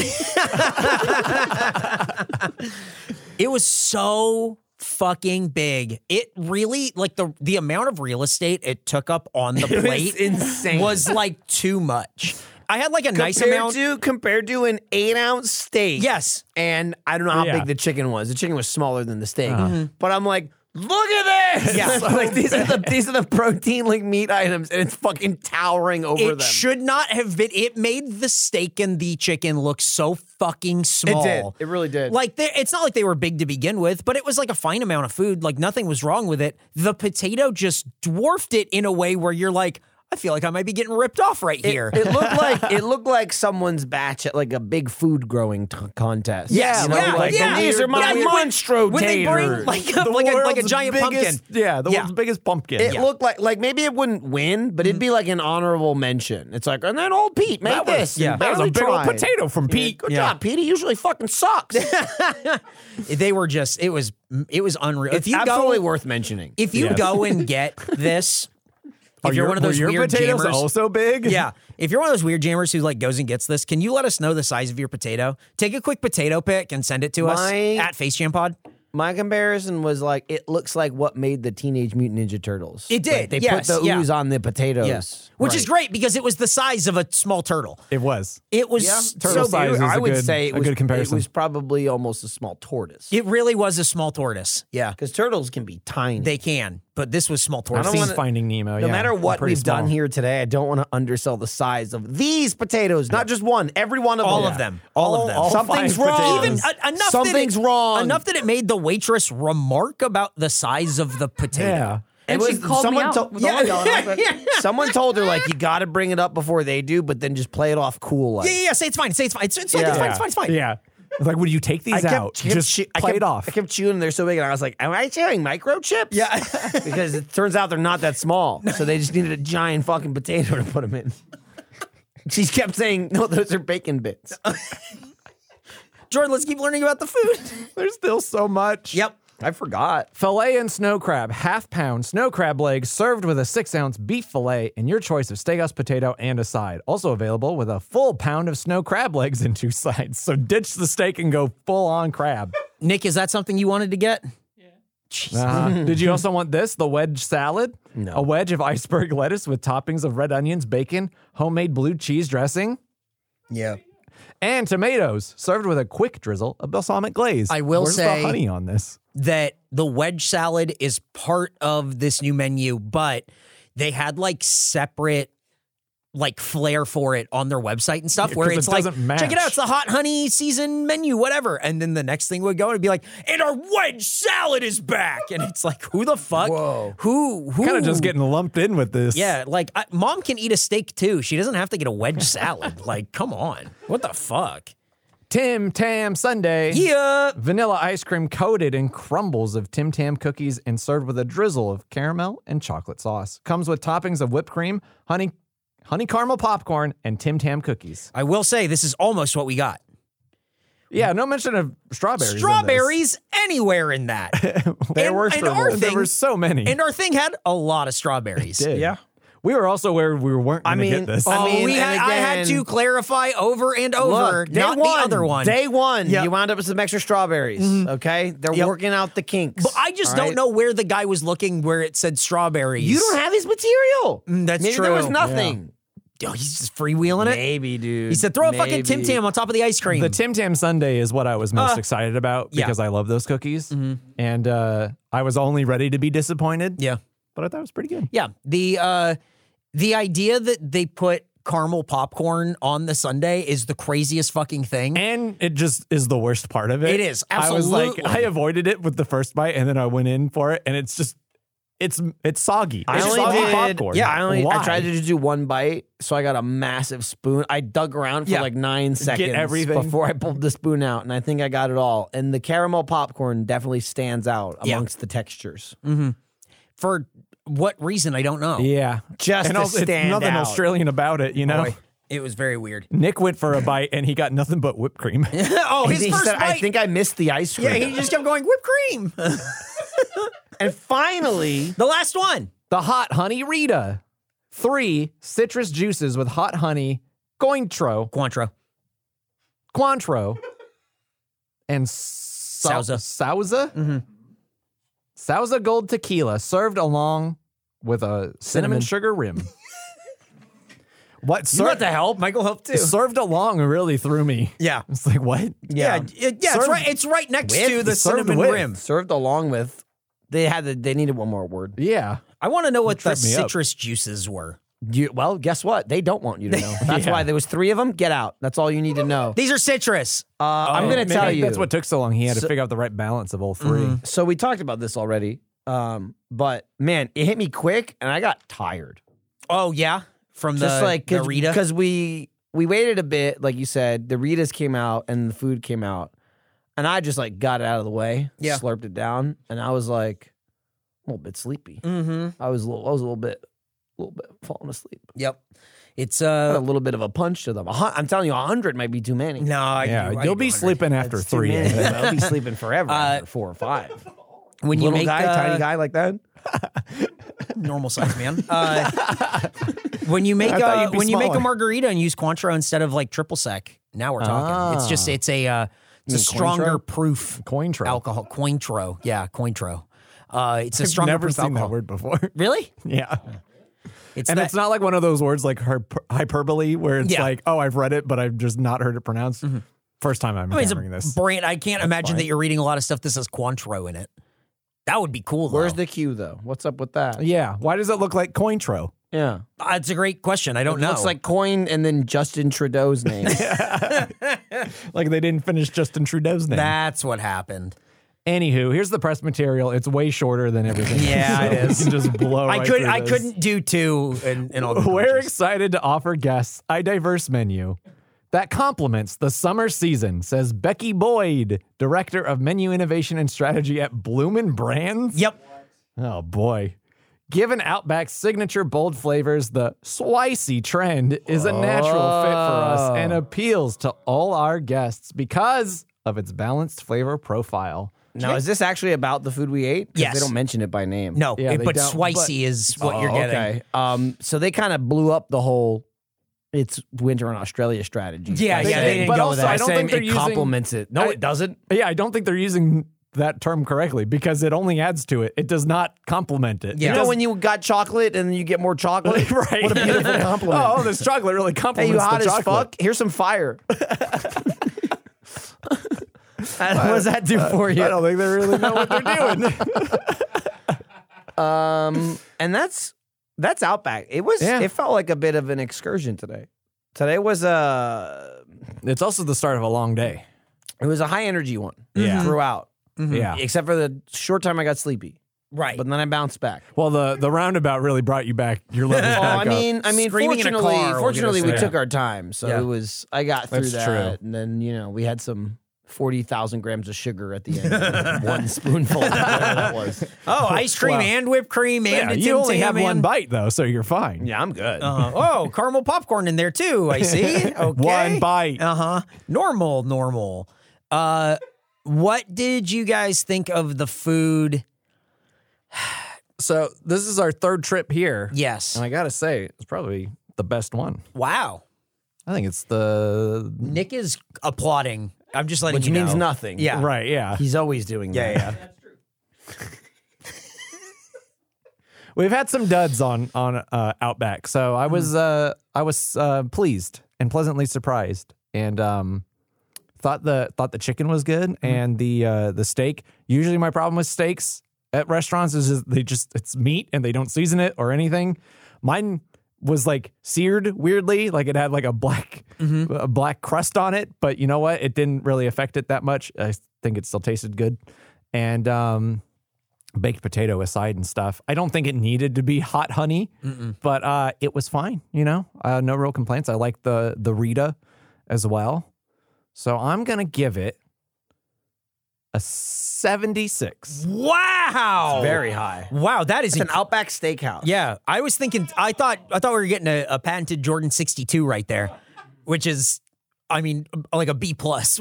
Speaker 3: it was so fucking big. It really like the the amount of real estate it took up on the
Speaker 1: was
Speaker 3: plate
Speaker 1: insane.
Speaker 3: was like too much. I had like a nice
Speaker 1: compared
Speaker 3: amount.
Speaker 1: to compared to an eight ounce steak.
Speaker 3: yes.
Speaker 1: and I don't know how
Speaker 2: Yeah.
Speaker 1: big the chicken was. The chicken was smaller than the steak, but I'm like, look at this.
Speaker 3: Mm-hmm.
Speaker 1: (laughs)
Speaker 3: Yeah.
Speaker 1: like these are the these are the protein like meat items, and it's fucking towering over
Speaker 3: It
Speaker 1: them.
Speaker 3: should not have been. It made the steak and the chicken look so fucking small.
Speaker 1: It really did.
Speaker 3: Like they- it's not like they were big to begin with, but it was like a fine amount of food. Like nothing was wrong with it. The potato just dwarfed it in a way where you're like, I feel like I might be getting ripped off right here.
Speaker 1: It looked like it looked like someone's batch at like a big food growing t- contest.
Speaker 3: Yes,
Speaker 1: you know,
Speaker 3: yeah,
Speaker 1: like,
Speaker 3: yeah.
Speaker 1: and these are my
Speaker 3: Yeah, when-
Speaker 1: monstro
Speaker 3: when they bring,
Speaker 1: taters.
Speaker 3: like, a- like a- like a
Speaker 2: world's
Speaker 3: giant
Speaker 2: biggest-
Speaker 3: pumpkin.
Speaker 2: Yeah, the
Speaker 3: Yeah.
Speaker 2: world's biggest pumpkin.
Speaker 1: it looked like like maybe it wouldn't win, but it'd be like an honorable mention. It's like, and then old Pete made
Speaker 2: That was-
Speaker 1: this.
Speaker 2: yeah.
Speaker 1: and
Speaker 2: That was
Speaker 1: barely
Speaker 2: a big old
Speaker 1: tried.
Speaker 2: potato
Speaker 3: (laughs)
Speaker 2: from
Speaker 1: Yeah,
Speaker 2: Pete.
Speaker 1: Good
Speaker 2: Yeah.
Speaker 1: job, Pete. He usually fucking sucks.
Speaker 3: they were just it was it was unreal.
Speaker 1: it's
Speaker 3: if you
Speaker 1: absolutely
Speaker 3: go
Speaker 1: worth mentioning.
Speaker 3: if you
Speaker 2: Yes.
Speaker 3: go and get this,
Speaker 2: Are
Speaker 3: if you're
Speaker 2: your-
Speaker 3: one of those
Speaker 2: were your
Speaker 3: weird
Speaker 2: potatoes
Speaker 3: jammers,
Speaker 2: also big.
Speaker 3: yeah, if you're one of those weird jammers who like goes and gets this, can you let us know the size of your potato? Take a quick potato pic and send it to us
Speaker 1: My-
Speaker 3: at Face Jam Pod.
Speaker 1: My comparison was like it looks like what made the Teenage Mutant Ninja Turtles.
Speaker 3: It did,
Speaker 1: Like, they
Speaker 3: yes,
Speaker 1: put the
Speaker 3: yeah.
Speaker 1: ooze on the potatoes.
Speaker 3: Which is great because it was the size of a small turtle.
Speaker 2: (laughs) it was.
Speaker 3: It was
Speaker 2: turtle
Speaker 3: so
Speaker 1: so
Speaker 2: size is
Speaker 1: I
Speaker 2: a
Speaker 1: would
Speaker 2: good-
Speaker 1: say it
Speaker 2: a
Speaker 1: was,
Speaker 2: good comparison.
Speaker 1: It was probably almost a small tortoise.
Speaker 3: it really was a small tortoise. Yeah.
Speaker 1: Because turtles can be tiny.
Speaker 3: They can, but this was small tortoise.
Speaker 1: don't
Speaker 2: I've seen
Speaker 1: wanna-
Speaker 2: Finding
Speaker 3: Oh,
Speaker 2: Nemo.
Speaker 1: no
Speaker 2: yeah,
Speaker 1: matter
Speaker 2: they're
Speaker 1: what
Speaker 2: pretty
Speaker 1: we've done
Speaker 2: small.
Speaker 1: here today, I don't want to undersell the size of these potatoes. Not just one, every one of
Speaker 3: all
Speaker 1: them.
Speaker 3: of them. All, of them.
Speaker 2: all
Speaker 1: Something's
Speaker 2: five
Speaker 1: wrong.
Speaker 2: potatoes.
Speaker 3: even uh, enough
Speaker 1: Something's
Speaker 3: that it,
Speaker 1: wrong.
Speaker 3: Enough that it made the waitress remark about the size of the potato.
Speaker 2: Yeah.
Speaker 4: And she called me
Speaker 1: someone
Speaker 4: out.
Speaker 1: told-
Speaker 3: Yeah.
Speaker 1: no, no, no, no. someone told her like you got to bring it up before they do, but then just play it off cool. Like
Speaker 3: Yeah, yeah, yeah. Say it's fine. Say it's fine. It's, it's, fine,
Speaker 1: Yeah.
Speaker 3: it's fine. It's fine. It's fine.
Speaker 2: Yeah. Like, would you take
Speaker 1: I
Speaker 2: these
Speaker 1: kept,
Speaker 2: out?
Speaker 1: I kept
Speaker 2: Just
Speaker 1: chew- I
Speaker 2: play
Speaker 1: kept,
Speaker 2: it off.
Speaker 1: I kept chewing. They're so big, and I was like, "Am I chewing microchips?"
Speaker 3: Yeah.
Speaker 1: (laughs) because it turns out they're not that small. So they just needed a giant fucking potato to put them in. She kept saying, "No, those are bacon
Speaker 3: (laughs)
Speaker 1: bits."
Speaker 3: (laughs) Jordan, let's keep learning about the food.
Speaker 2: There's still so much.
Speaker 3: yep.
Speaker 1: I forgot.
Speaker 2: Filet and snow crab, half pound snow crab legs served with a six ounce beef filet and your choice of steakhouse potato and a side. Also available with a full pound of snow crab legs and two (laughs) sides. So ditch the steak and go full on crab.
Speaker 3: Nick, is that something you wanted to get?
Speaker 2: Uh, (laughs) did you also want this? The wedge salad? No. A wedge of (laughs) iceberg lettuce with toppings of red onions, bacon, homemade blue cheese dressing?
Speaker 3: Yeah.
Speaker 2: and tomatoes served with a quick drizzle of balsamic glaze.
Speaker 3: I will
Speaker 2: Where's
Speaker 3: say-
Speaker 2: the honey on this.
Speaker 3: that the wedge salad is part of this new menu, but they had like separate like flair for it on their website and stuff
Speaker 2: Yeah,
Speaker 3: where
Speaker 2: 'cause
Speaker 3: it's
Speaker 2: it
Speaker 3: like
Speaker 2: doesn't match.
Speaker 3: check it out it's the hot honey season menu whatever and then the next thing would go and it'd be like and our wedge salad is back and it's like who the fuck
Speaker 1: Whoa.
Speaker 3: who who
Speaker 2: Kind of just getting lumped in with this.
Speaker 3: yeah like I, mom can eat a steak too she doesn't have to get a wedge salad like come on what the fuck
Speaker 2: Tim Tam Sunday.
Speaker 3: yeah
Speaker 2: Vanilla ice cream coated in crumbles of Tim Tam cookies and served with a drizzle of caramel and chocolate sauce. Comes with toppings of whipped cream, honey, honey caramel popcorn, and Tim Tam cookies.
Speaker 3: i will say this is almost what we got
Speaker 2: Yeah, no mention of strawberries. in this.
Speaker 3: strawberries anywhere in that.
Speaker 2: (laughs) There
Speaker 3: And-
Speaker 2: were
Speaker 3: and our
Speaker 2: strawberries. There
Speaker 3: thing-
Speaker 2: were so many.
Speaker 3: and our thing had a lot of strawberries.
Speaker 2: Did.
Speaker 1: Yeah.
Speaker 2: We were also where we weren't
Speaker 1: I
Speaker 2: going to
Speaker 1: mean,
Speaker 2: get this.
Speaker 1: I
Speaker 3: Oh,
Speaker 1: mean,
Speaker 3: we
Speaker 1: and
Speaker 3: had, I had
Speaker 1: again-
Speaker 3: to clarify over and over,
Speaker 1: Look, day
Speaker 3: not
Speaker 1: one,
Speaker 3: the other one. Mm-hmm.
Speaker 1: Day one,
Speaker 2: Yeah.
Speaker 1: you wound up with some extra strawberries. Okay, they're working out the kinks.
Speaker 3: but I just
Speaker 1: all
Speaker 3: don't
Speaker 1: right?
Speaker 3: know where the guy was looking where it said strawberries.
Speaker 1: You don't have his material.
Speaker 3: Mm, that's
Speaker 1: Maybe There was
Speaker 3: true.
Speaker 1: nothing.
Speaker 3: Oh, he's just freewheeling it.
Speaker 1: Maybe, dude.
Speaker 3: He said, "Throw a fucking Tim
Speaker 1: Maybe.
Speaker 3: Tam on top of the ice cream."
Speaker 2: the Tim Tam Sunday is what I was
Speaker 1: Ah.
Speaker 2: most excited about
Speaker 3: yeah.
Speaker 2: because I love those cookies.
Speaker 1: Mm-hmm.
Speaker 2: And uh, I was only ready to be disappointed.
Speaker 3: yeah,
Speaker 2: But I thought it was pretty good.
Speaker 3: yeah. The uh, the idea that they put caramel popcorn on the Sunday is the craziest fucking thing.
Speaker 2: And it just is the worst part of it.
Speaker 3: It is,
Speaker 2: I was
Speaker 3: absolutely.
Speaker 2: like, I avoided it with the first bite and then I went in for it and it's just, it's it's soggy.
Speaker 1: I
Speaker 2: it's
Speaker 1: only
Speaker 2: soggy
Speaker 1: did,
Speaker 2: popcorn.
Speaker 1: yeah. I only
Speaker 2: Why?
Speaker 1: I tried to just do one bite, so I got a massive spoon. I dug around for
Speaker 2: Yeah.
Speaker 1: like nine seconds
Speaker 2: everything.
Speaker 1: before I pulled the spoon out, and I think I got it all. And the caramel popcorn definitely stands out
Speaker 3: Yeah. Mm.
Speaker 1: amongst the textures.
Speaker 3: For what reason, I don't know.
Speaker 2: Yeah.
Speaker 1: Just
Speaker 2: and
Speaker 1: to
Speaker 2: also, it's
Speaker 1: stand
Speaker 2: nothing
Speaker 1: out.
Speaker 2: Australian about it, you know?
Speaker 3: Boy, it was very weird.
Speaker 2: Nick went for a bite and he got nothing but whipped cream.
Speaker 3: (laughs) oh,
Speaker 1: He-
Speaker 3: his
Speaker 1: he
Speaker 3: first
Speaker 1: said,
Speaker 3: bite.
Speaker 1: I think I missed the ice cream.
Speaker 3: yeah, he just kept going whipped cream.
Speaker 1: and finally,
Speaker 3: the last one.
Speaker 2: The hot honey Rita. Three citrus juices with hot honey, gointro,
Speaker 3: Cointreau.
Speaker 2: Cointreau, and sa-
Speaker 3: Sauza.
Speaker 2: Sauza? Sauza Gold Tequila served along with a
Speaker 1: Cinnamon.
Speaker 2: cinnamon, sugar rim. what?
Speaker 3: You
Speaker 2: Ser-
Speaker 3: got the help. Michael helped too.
Speaker 2: served along really threw me.
Speaker 3: Yeah.
Speaker 2: It's like, what?
Speaker 3: Yeah. it- Yeah. it's,
Speaker 2: Served
Speaker 3: right, it's right next
Speaker 2: with-
Speaker 3: to the
Speaker 2: served
Speaker 3: cinnamon
Speaker 2: with.
Speaker 3: rim.
Speaker 1: served along with, they had the, they needed one more word.
Speaker 2: Yeah.
Speaker 3: I want to know what the
Speaker 2: tripped me up.
Speaker 3: citrus juices were.
Speaker 1: You, well, guess what? They don't want you to
Speaker 3: (laughs)
Speaker 1: know. That's why there was three of them. Get out. That's all you need to know.
Speaker 3: These are citrus.
Speaker 1: Uh,
Speaker 3: Oh,
Speaker 1: I'm going to
Speaker 2: Maybe
Speaker 1: tell you.
Speaker 2: That's what took so long. He had to figure out the right balance of all 3
Speaker 1: so we talked about this already, um, but man, it hit me quick, and I got tired.
Speaker 3: Oh yeah, from the
Speaker 1: Just like
Speaker 3: the Rita.
Speaker 1: because we we waited a bit, like you said, the Ritas came out and the food came out, and I just like got it out of the way,
Speaker 3: Yeah.
Speaker 1: slurped it down, and I was like a little bit sleepy.
Speaker 3: Mm-hmm.
Speaker 1: I was a little, I was a little bit, a little bit falling asleep.
Speaker 3: Yep. It's
Speaker 1: Had a
Speaker 3: uh.
Speaker 1: little bit of a punch to them. A hun- I'm telling you, hundred might be too many.
Speaker 3: No, I- I
Speaker 2: Yeah,
Speaker 3: get
Speaker 2: you'll be
Speaker 3: 100.
Speaker 2: sleeping after
Speaker 1: It's too
Speaker 2: three.
Speaker 1: many. I'll (laughs) be sleeping forever.
Speaker 3: Uh,
Speaker 1: after four or five.
Speaker 3: when you
Speaker 1: Little
Speaker 3: make
Speaker 1: guy,
Speaker 3: uh,
Speaker 1: tiny guy like that.
Speaker 3: normal size man. Uh, when you make
Speaker 2: I thought
Speaker 3: a,
Speaker 2: you'd be
Speaker 3: when you make a
Speaker 2: smaller.
Speaker 3: margarita and use Cointreau instead of like triple sec, now we're talking. It's
Speaker 2: Ah.
Speaker 3: just it's a uh, it's a stronger proof
Speaker 2: Cointreau.
Speaker 3: alcohol. Cointreau, yeah, Cointreau. Uh, it's a
Speaker 2: (laughs) I've
Speaker 3: stronger
Speaker 2: never
Speaker 3: proof
Speaker 2: seen
Speaker 3: alcohol.
Speaker 2: that word before. (laughs)
Speaker 3: Really?
Speaker 2: Yeah.
Speaker 3: It's
Speaker 2: And
Speaker 3: that-
Speaker 2: it's not like one of those words like hyper- hyperbole where it's
Speaker 3: Yeah. Mm-hmm.
Speaker 2: like, oh, I've read it, but I've just not heard it pronounced. First time I'm
Speaker 3: I mean, it's a
Speaker 2: hearing this.
Speaker 3: brand. I can't imagine that you're reading a lot of stuff that says Cointreau in it. That would be cool.
Speaker 1: Where's
Speaker 3: though.
Speaker 1: the cue though? What's up with that?
Speaker 2: yeah. Why does it look like Cointreau?
Speaker 1: Yeah.
Speaker 3: That's Uh, a great question. I don't know.
Speaker 1: Looks like coin and then Justin (laughs) Trudeau's name.
Speaker 2: Like they didn't finish Justin Trudeau's name.
Speaker 3: that's what happened.
Speaker 2: Anywho, here's the press material. It's way shorter than everything.
Speaker 3: Yeah,
Speaker 2: else, so
Speaker 3: it
Speaker 2: (laughs) You
Speaker 3: is.
Speaker 2: can just blow.
Speaker 3: I
Speaker 2: right
Speaker 3: could.
Speaker 2: through
Speaker 3: I
Speaker 2: this.
Speaker 3: couldn't do two. And, and all
Speaker 2: (laughs) We're excited to offer guests a diverse menu that complements the summer season, says Becky Boyd, director of menu innovation and strategy at Bloomin' Brands.
Speaker 3: Yep.
Speaker 2: Oh boy. Given Outback's signature bold flavors, the swicy trend is a natural fit for us and appeals to all our guests because of its balanced flavor profile.
Speaker 1: now, is this actually about the food we ate? 'Cause
Speaker 3: Yes.
Speaker 1: They don't mention it by name.
Speaker 3: No.
Speaker 2: Yeah,
Speaker 3: it-
Speaker 2: they
Speaker 3: but
Speaker 2: don't,
Speaker 3: swicy
Speaker 2: but-
Speaker 3: is what
Speaker 1: Oh,
Speaker 3: you're getting.
Speaker 1: Okay. Um, so they kind of blew up the whole it's winter in Australia strategy. By
Speaker 3: Yeah, yeah, they
Speaker 1: saying-
Speaker 3: didn't
Speaker 2: but
Speaker 3: go
Speaker 2: also,
Speaker 3: with that.
Speaker 2: I don't
Speaker 1: saying
Speaker 2: think they're
Speaker 1: it
Speaker 2: using
Speaker 3: (laughs)
Speaker 1: complements it. No,
Speaker 2: I-
Speaker 1: it doesn't.
Speaker 2: Yeah, I don't think they're using that term correctly because it only adds to it. It does not complement it.
Speaker 1: You
Speaker 2: It
Speaker 1: know
Speaker 2: does-
Speaker 1: when you got chocolate and then you get more (laughs) chocolate?
Speaker 2: right. (laughs)
Speaker 1: What a beautiful compliment.
Speaker 2: Oh, this chocolate really
Speaker 1: Hey,
Speaker 2: complements
Speaker 1: you hot
Speaker 2: the
Speaker 1: as
Speaker 2: chocolate.
Speaker 1: fuck? Here's some fire. And what does that do for you?
Speaker 2: Uh, I don't think they really know what they're doing. (laughs)
Speaker 1: Um, and that's that's Outback. It was.
Speaker 2: Yeah.
Speaker 1: It felt like a bit of an excursion today. Today was a
Speaker 2: it's also the start of a long day.
Speaker 1: it was a high energy one.
Speaker 2: Yeah.
Speaker 1: Throughout,
Speaker 2: Yeah.
Speaker 1: except for the short time I got sleepy,
Speaker 3: Right. Oh,
Speaker 1: but then I bounced back.
Speaker 2: Well, the the roundabout really brought you back your (laughs) levels
Speaker 1: Oh,
Speaker 2: (laughs) back
Speaker 1: I
Speaker 2: up.
Speaker 1: mean, I mean,
Speaker 3: Screaming in a
Speaker 1: fortunately,
Speaker 3: car will get us
Speaker 1: fortunately, we
Speaker 2: there.
Speaker 1: took our time, so
Speaker 3: Yeah.
Speaker 1: it was. I got through
Speaker 2: That's
Speaker 1: that, and then you know we had some forty thousand grams of sugar at the end,
Speaker 2: (laughs)
Speaker 1: and one spoonful. of whatever that was.
Speaker 3: oh, ice cream
Speaker 1: Wow.
Speaker 3: and whipped cream
Speaker 2: yeah,
Speaker 3: and a
Speaker 2: you
Speaker 3: Tim
Speaker 2: only
Speaker 3: Tam
Speaker 2: have one
Speaker 3: and-
Speaker 2: bite though, so you're fine.
Speaker 1: Yeah, I'm good.
Speaker 2: (laughs)
Speaker 3: Uh, oh, caramel popcorn in there too. I see. Okay.
Speaker 2: One bite.
Speaker 3: Uh huh. Normal, normal. Uh, what did you guys think of the food?
Speaker 2: So this is our third trip here.
Speaker 3: Yes.
Speaker 2: And I gotta say, it's probably the best one.
Speaker 3: Wow.
Speaker 2: I think it's the
Speaker 3: Nick is applauding. I'm just letting
Speaker 1: which
Speaker 3: you
Speaker 1: means
Speaker 3: know.
Speaker 1: nothing.
Speaker 3: Yeah.
Speaker 2: Right, yeah.
Speaker 1: he's always doing that.
Speaker 3: Yeah.
Speaker 2: We've had some duds on on uh, Outback, so I was uh, I was uh, pleased and pleasantly surprised, and um, thought the thought the chicken was good and the uh, the steak. Usually, my problem with steaks at restaurants is just, they just it's meat and they don't season it or anything. Mine was like seared weirdly, like it had like a black a black crust on it, but you know what? It didn't really affect it that much. I think it still tasted good, and um, baked potato aside and stuff. I don't think it needed to be hot honey, but uh, it was fine. You know, uh, no real complaints. I like the the Rita as well, so I'm gonna give it a 76.
Speaker 3: Yeah. (laughs) Wow.
Speaker 1: very high.
Speaker 3: Wow. That is
Speaker 1: Oh. It's an
Speaker 3: inc-
Speaker 1: Outback Steakhouse.
Speaker 3: Yeah, I was thinking. I thought. I thought we were getting a, a patented Jordan sixty two right there, which is, I mean, like a B plus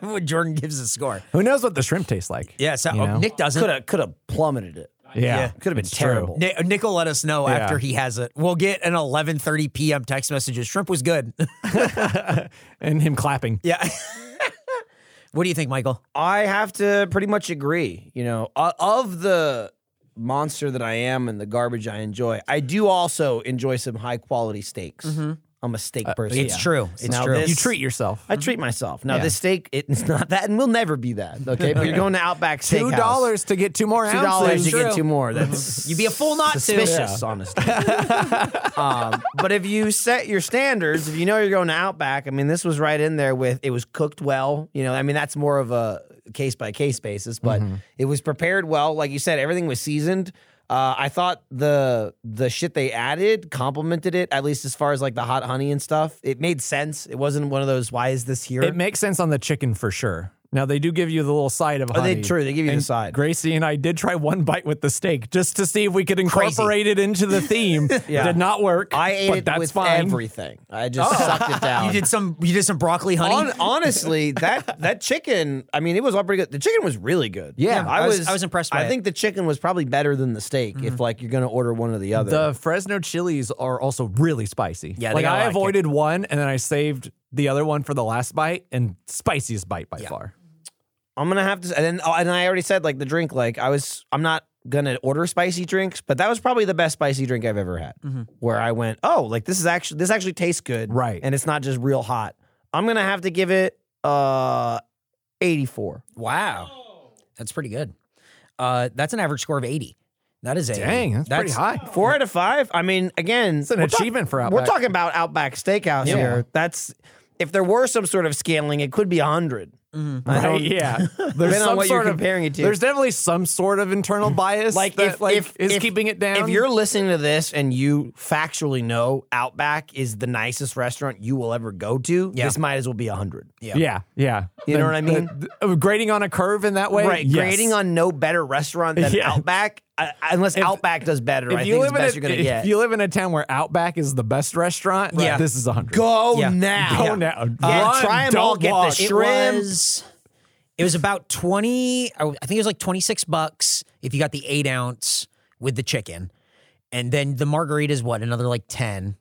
Speaker 3: (laughs) when Jordan gives a score.
Speaker 2: Who knows what the shrimp tastes like?
Speaker 3: Yeah, so oh,
Speaker 2: You
Speaker 1: oh,
Speaker 2: know?
Speaker 3: Nick doesn't.
Speaker 1: could have could have plummeted it.
Speaker 2: yeah,
Speaker 1: Could have been
Speaker 2: it's true.
Speaker 1: terrible.
Speaker 3: Nick, Nick will let us know
Speaker 2: Yeah.
Speaker 3: after he has it. We'll get an eleven thirty p.m. text message. of, Shrimp was good. (laughs)
Speaker 2: (laughs) and him clapping.
Speaker 3: yeah. (laughs) what do you think, Michael?
Speaker 1: I have to pretty much agree. You know, o- of the monster that I am and the garbage I enjoy, I do also enjoy some high quality steaks. I'm a steak
Speaker 2: Uh,
Speaker 1: person.
Speaker 3: It's true. It's
Speaker 1: Mm-hmm. now
Speaker 3: true.
Speaker 1: this-
Speaker 2: You treat yourself.
Speaker 1: I treat myself. Now this steak, it's not that, and will never be that. Okay, (laughs) but you're going to Outback Steakhouse.
Speaker 2: Two dollars to get two more
Speaker 1: Two
Speaker 2: ounces.
Speaker 1: dollars to
Speaker 2: True.
Speaker 1: get two more. That's
Speaker 3: (laughs) You'd be a fool not to.
Speaker 1: suspicious, honestly. (laughs) um, but if you set your standards, if you know you're going to Outback, I mean, this was right in there with it was cooked well. You know, I mean, that's more of a case by case basis, but
Speaker 3: Mm-hmm.
Speaker 1: it was prepared well. Like you said, everything was seasoned. Uh, I thought the the shit they added complemented it at least as far as like the hot honey and stuff. It made sense. It wasn't one of those why is this here?
Speaker 2: It makes sense on the chicken for sure. Now they do give you the little side of honey.
Speaker 1: Oh, they- true, they give you the
Speaker 2: And
Speaker 1: side.
Speaker 2: Gracie and I did try one bite with the steak just to see if we could incorporate it into
Speaker 1: (laughs)
Speaker 2: the theme.
Speaker 1: Yeah.
Speaker 2: Did not work.
Speaker 1: I ate
Speaker 2: but
Speaker 1: it
Speaker 2: that's
Speaker 1: with
Speaker 2: fine.
Speaker 1: everything. I just sucked it down.
Speaker 3: Oh. (laughs) You did some. You did some broccoli honey.
Speaker 1: Hon- honestly, that that chicken, I mean, it was all pretty good. The chicken was really good.
Speaker 2: Yeah,
Speaker 1: I
Speaker 3: I was-
Speaker 1: was.
Speaker 3: I was impressed
Speaker 1: I
Speaker 3: by it. Mm-hmm.
Speaker 1: think the chicken was probably better than the steak. If like you're gonna order one or the other,
Speaker 2: The Fresno chilies are also really spicy.
Speaker 3: Yeah, they
Speaker 2: like
Speaker 3: gotta
Speaker 2: I
Speaker 3: like
Speaker 2: avoided one and then I saved the other one for the last bite and spiciest bite by far.
Speaker 1: I'm gonna have to. And then, oh, and I already said like the drink. Like I was, I'm not gonna order spicy drinks, but that was probably the best spicy drink I've ever had.
Speaker 3: Mm-hmm.
Speaker 1: Where I went, oh, like this is actually this actually tastes good,
Speaker 2: Right.
Speaker 1: And it's not just real hot. I'm gonna have to give it uh 84.
Speaker 3: wow, that's pretty good. Uh, that's an average score of eighty. That is a
Speaker 2: Dang, that's, pretty high.
Speaker 1: Four out of five. I mean, again,
Speaker 2: It's an
Speaker 1: we're talk-
Speaker 2: achievement for Outback.
Speaker 1: We're talking about Outback Steakhouse
Speaker 2: Yeah.
Speaker 1: here. That's if there were some sort of scaling, it could be hundred. (laughs) I
Speaker 2: Right,
Speaker 1: don't-
Speaker 2: (laughs) yeah. There's
Speaker 1: (laughs) Depending on what you're comparing it to.
Speaker 2: There's definitely some sort of internal bias
Speaker 1: Like
Speaker 2: that
Speaker 1: if,
Speaker 2: like
Speaker 1: if
Speaker 2: is
Speaker 1: if-
Speaker 2: keeping it down.
Speaker 1: If you're listening to this and you factually know Outback is the nicest restaurant you will ever go to,
Speaker 3: Yeah.
Speaker 1: this might as well be hundred.
Speaker 3: Yeah.
Speaker 2: Yeah, yeah.
Speaker 1: You know what I
Speaker 2: The-
Speaker 1: mean?
Speaker 2: the- uh, grading on a curve in that way,
Speaker 1: Right,
Speaker 2: Yes.
Speaker 1: grading on no better restaurant than
Speaker 2: (laughs) Yeah.
Speaker 1: Outback, I, unless Outback does better. I
Speaker 2: If you
Speaker 1: think it's
Speaker 2: live
Speaker 1: the
Speaker 2: in a,
Speaker 1: best you're gonna
Speaker 2: if
Speaker 1: get.
Speaker 2: you live in a town where Outback is the best restaurant,
Speaker 3: Yeah.
Speaker 2: this is a hundred.
Speaker 1: go
Speaker 3: Yeah.
Speaker 1: now,
Speaker 2: Go now.
Speaker 1: Yeah,
Speaker 2: Run,
Speaker 1: try 'em
Speaker 2: don't
Speaker 1: all. Get the
Speaker 2: walk.
Speaker 1: shit
Speaker 3: It
Speaker 1: shrimp.
Speaker 3: was. It was about twenty. I think it was like twenty six bucks if you got the eight ounce with the chicken, and then the margarita is what another like ten,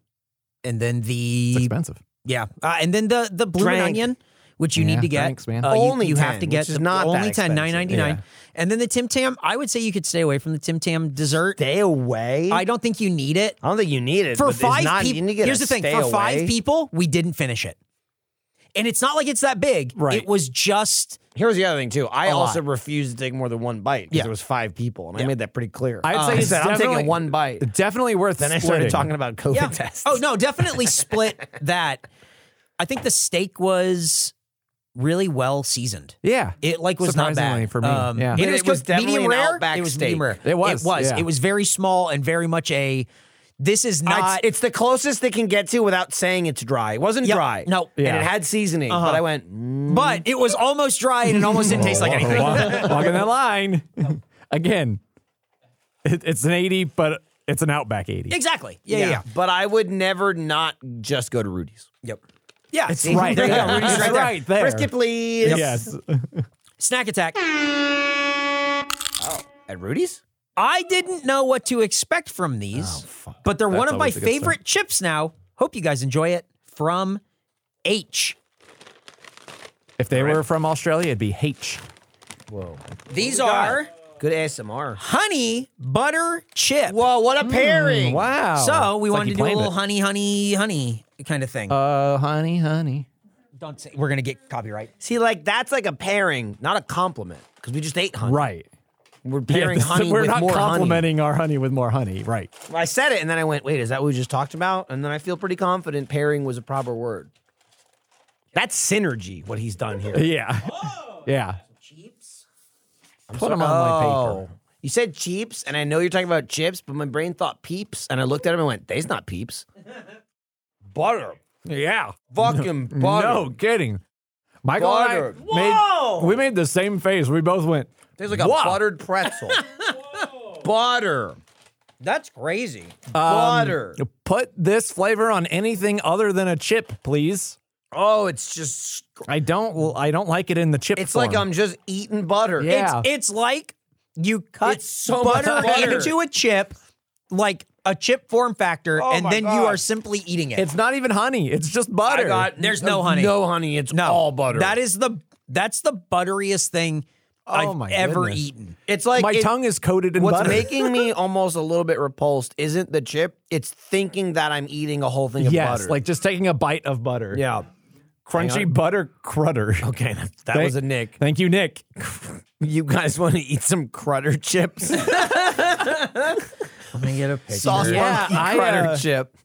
Speaker 3: and then
Speaker 2: It's
Speaker 3: the
Speaker 2: expensive.
Speaker 3: yeah, uh, and then the the blue
Speaker 1: Drank.
Speaker 3: onion which you
Speaker 2: Yeah,
Speaker 3: need to get.
Speaker 2: thanks, man.
Speaker 3: Uh, you-
Speaker 1: Only
Speaker 3: you, have
Speaker 1: 10,
Speaker 3: to get
Speaker 1: which is
Speaker 3: the-
Speaker 1: not that
Speaker 3: only
Speaker 1: expensive.
Speaker 3: 9.99.
Speaker 2: Yeah.
Speaker 3: And then the Tim Tam, I would say you could stay away from the Tim Tam dessert.
Speaker 1: Stay away.
Speaker 3: I don't think you need it.
Speaker 1: I don't think you need it
Speaker 3: For
Speaker 1: but it's
Speaker 3: five
Speaker 1: not- you
Speaker 3: people,
Speaker 1: need to get a
Speaker 3: here's the thing:
Speaker 1: stay
Speaker 3: for five
Speaker 1: away.
Speaker 3: people, we didn't finish it, and it's not like it's that big.
Speaker 2: Right.
Speaker 3: It was just
Speaker 1: Here's the other thing too. I
Speaker 3: A lot.
Speaker 1: also refused to take more than one bite because
Speaker 3: Yeah.
Speaker 1: there was five people, and I made that pretty clear. Uh,
Speaker 2: I'd
Speaker 1: (laughs)
Speaker 2: say
Speaker 1: I
Speaker 2: Uh, it's
Speaker 1: said I'm taking
Speaker 2: definitely-
Speaker 1: one
Speaker 3: (laughs)
Speaker 1: bite.
Speaker 2: Definitely worth.
Speaker 1: Then I started
Speaker 2: splitting.
Speaker 1: talking about COVID tests.
Speaker 3: Oh
Speaker 1: (laughs)
Speaker 3: no, definitely split that. I think the steak was really well seasoned.
Speaker 2: Yeah,
Speaker 3: It like was not
Speaker 2: Surprisingly
Speaker 3: bad Um,
Speaker 2: for me, yeah.
Speaker 1: But
Speaker 3: and it was,
Speaker 1: it was
Speaker 3: good.
Speaker 1: definitely
Speaker 3: medium
Speaker 1: an
Speaker 3: rare.
Speaker 1: Outback
Speaker 3: it was
Speaker 1: steak.
Speaker 3: medium rare.
Speaker 2: It was,
Speaker 3: It was.
Speaker 2: yeah.
Speaker 3: It was very small and very much a. This is
Speaker 1: I-
Speaker 3: not.
Speaker 1: it's the closest they can get to without saying it's dry. It wasn't
Speaker 3: Yep.
Speaker 1: dry.
Speaker 3: No. Uh-huh.
Speaker 1: and
Speaker 2: Yeah.
Speaker 1: it had seasoning. But I went. mm,
Speaker 3: but it was almost dry and it almost didn't
Speaker 1: (laughs)
Speaker 3: taste like
Speaker 2: (laughs)
Speaker 3: anything.
Speaker 2: Walk- Walking that line again. It, it's an eighty, but it's an Outback eighty.
Speaker 3: Exactly. Yeah. Yeah. yeah.
Speaker 1: But I would never not just go to Rudy's.
Speaker 3: Yep. Yeah. It's
Speaker 2: right
Speaker 3: (laughs) There you
Speaker 2: there.
Speaker 3: go. Rudy's
Speaker 2: It's
Speaker 3: right there.
Speaker 2: right there.
Speaker 1: Brisket, please.
Speaker 2: Yes,
Speaker 3: Snack attack.
Speaker 1: At Rudy's.
Speaker 3: I didn't know what to expect from these, but they're one
Speaker 2: Oh, That's
Speaker 3: of my
Speaker 2: always a good
Speaker 3: favorite chips now. Hope you guys enjoy it from H.
Speaker 2: if they were from Australia, it'd be H.
Speaker 1: Whoa.
Speaker 3: These are
Speaker 1: Good ASMR.
Speaker 3: honey butter chip.
Speaker 1: Whoa, what a
Speaker 3: Hmm.
Speaker 1: pairing!
Speaker 2: Wow.
Speaker 3: So we
Speaker 2: Oh, It's like
Speaker 3: wanted
Speaker 2: you
Speaker 3: to do a
Speaker 2: planned
Speaker 3: little
Speaker 2: it.
Speaker 3: honey, honey, honey kind of thing.
Speaker 2: Uh, honey, honey.
Speaker 3: Don't say we're gonna get copyright.
Speaker 1: See, like that's like a pairing, not a compliment, because we just ate honey.
Speaker 2: Right.
Speaker 1: We're
Speaker 2: Yeah,
Speaker 1: pairing
Speaker 2: this-
Speaker 1: honey
Speaker 2: we're
Speaker 1: with
Speaker 2: not
Speaker 1: more honey.
Speaker 2: complimenting our honey with more honey. Right.
Speaker 1: I said it, and then I went, "Wait, is that what we just talked about?" And then I feel pretty confident pairing was a proper word. That's synergy. What he's done here.
Speaker 2: Yeah. yeah. Put them on my paper.
Speaker 1: You said cheeps, and I know you're talking about chips, but my brain thought peeps, and I looked at him and went, "They's not peeps." butter,
Speaker 2: Yeah.
Speaker 1: fucking butter.
Speaker 2: No kidding. Michael
Speaker 1: Butter.
Speaker 2: and I made, we made the same face. We both went.
Speaker 1: Tastes like
Speaker 2: "Wow."
Speaker 1: a buttered pretzel. butter, Um,
Speaker 3: That's crazy.
Speaker 1: butter.
Speaker 2: um, Put this flavor on anything other than a chip, please.
Speaker 1: Oh, it's just
Speaker 2: I don't. I don't like it in the chip.
Speaker 1: It's
Speaker 2: form.
Speaker 1: like um, I'm just eating butter.
Speaker 2: Yeah.
Speaker 3: It's it's like you cut
Speaker 1: It's so much
Speaker 3: butter,
Speaker 1: butter.
Speaker 3: into a chip, like a chip form factor,
Speaker 1: Oh
Speaker 3: and then you are simply eating it.
Speaker 2: It's not even honey. It's just butter.
Speaker 1: I got
Speaker 3: There's no honey.
Speaker 1: Uh, No honey. It's all butter.
Speaker 3: That is the that's the butteriest thing I've
Speaker 2: Oh my
Speaker 3: ever
Speaker 2: goodness.
Speaker 3: eaten.
Speaker 1: It's like
Speaker 2: my
Speaker 1: it-
Speaker 2: tongue is coated in
Speaker 1: What's
Speaker 2: butter.
Speaker 1: making
Speaker 2: (laughs)
Speaker 1: me almost a little bit repulsed isn't the chip. It's thinking that I'm eating a whole thing of
Speaker 2: yes,
Speaker 1: butter.
Speaker 2: like just taking a bite of butter.
Speaker 1: yeah.
Speaker 2: crunchy butter (laughs) crutter.
Speaker 1: Okay, that, that
Speaker 2: Thank-
Speaker 1: was a nick.
Speaker 2: Thank you, Nick.
Speaker 1: You
Speaker 2: (laughs)
Speaker 1: guys want to eat some crutter (laughs) chips?
Speaker 3: Let me get a picture.
Speaker 1: Sauce
Speaker 2: Yeah,
Speaker 1: monkey
Speaker 2: I,
Speaker 1: crutter
Speaker 2: uh,
Speaker 1: chip.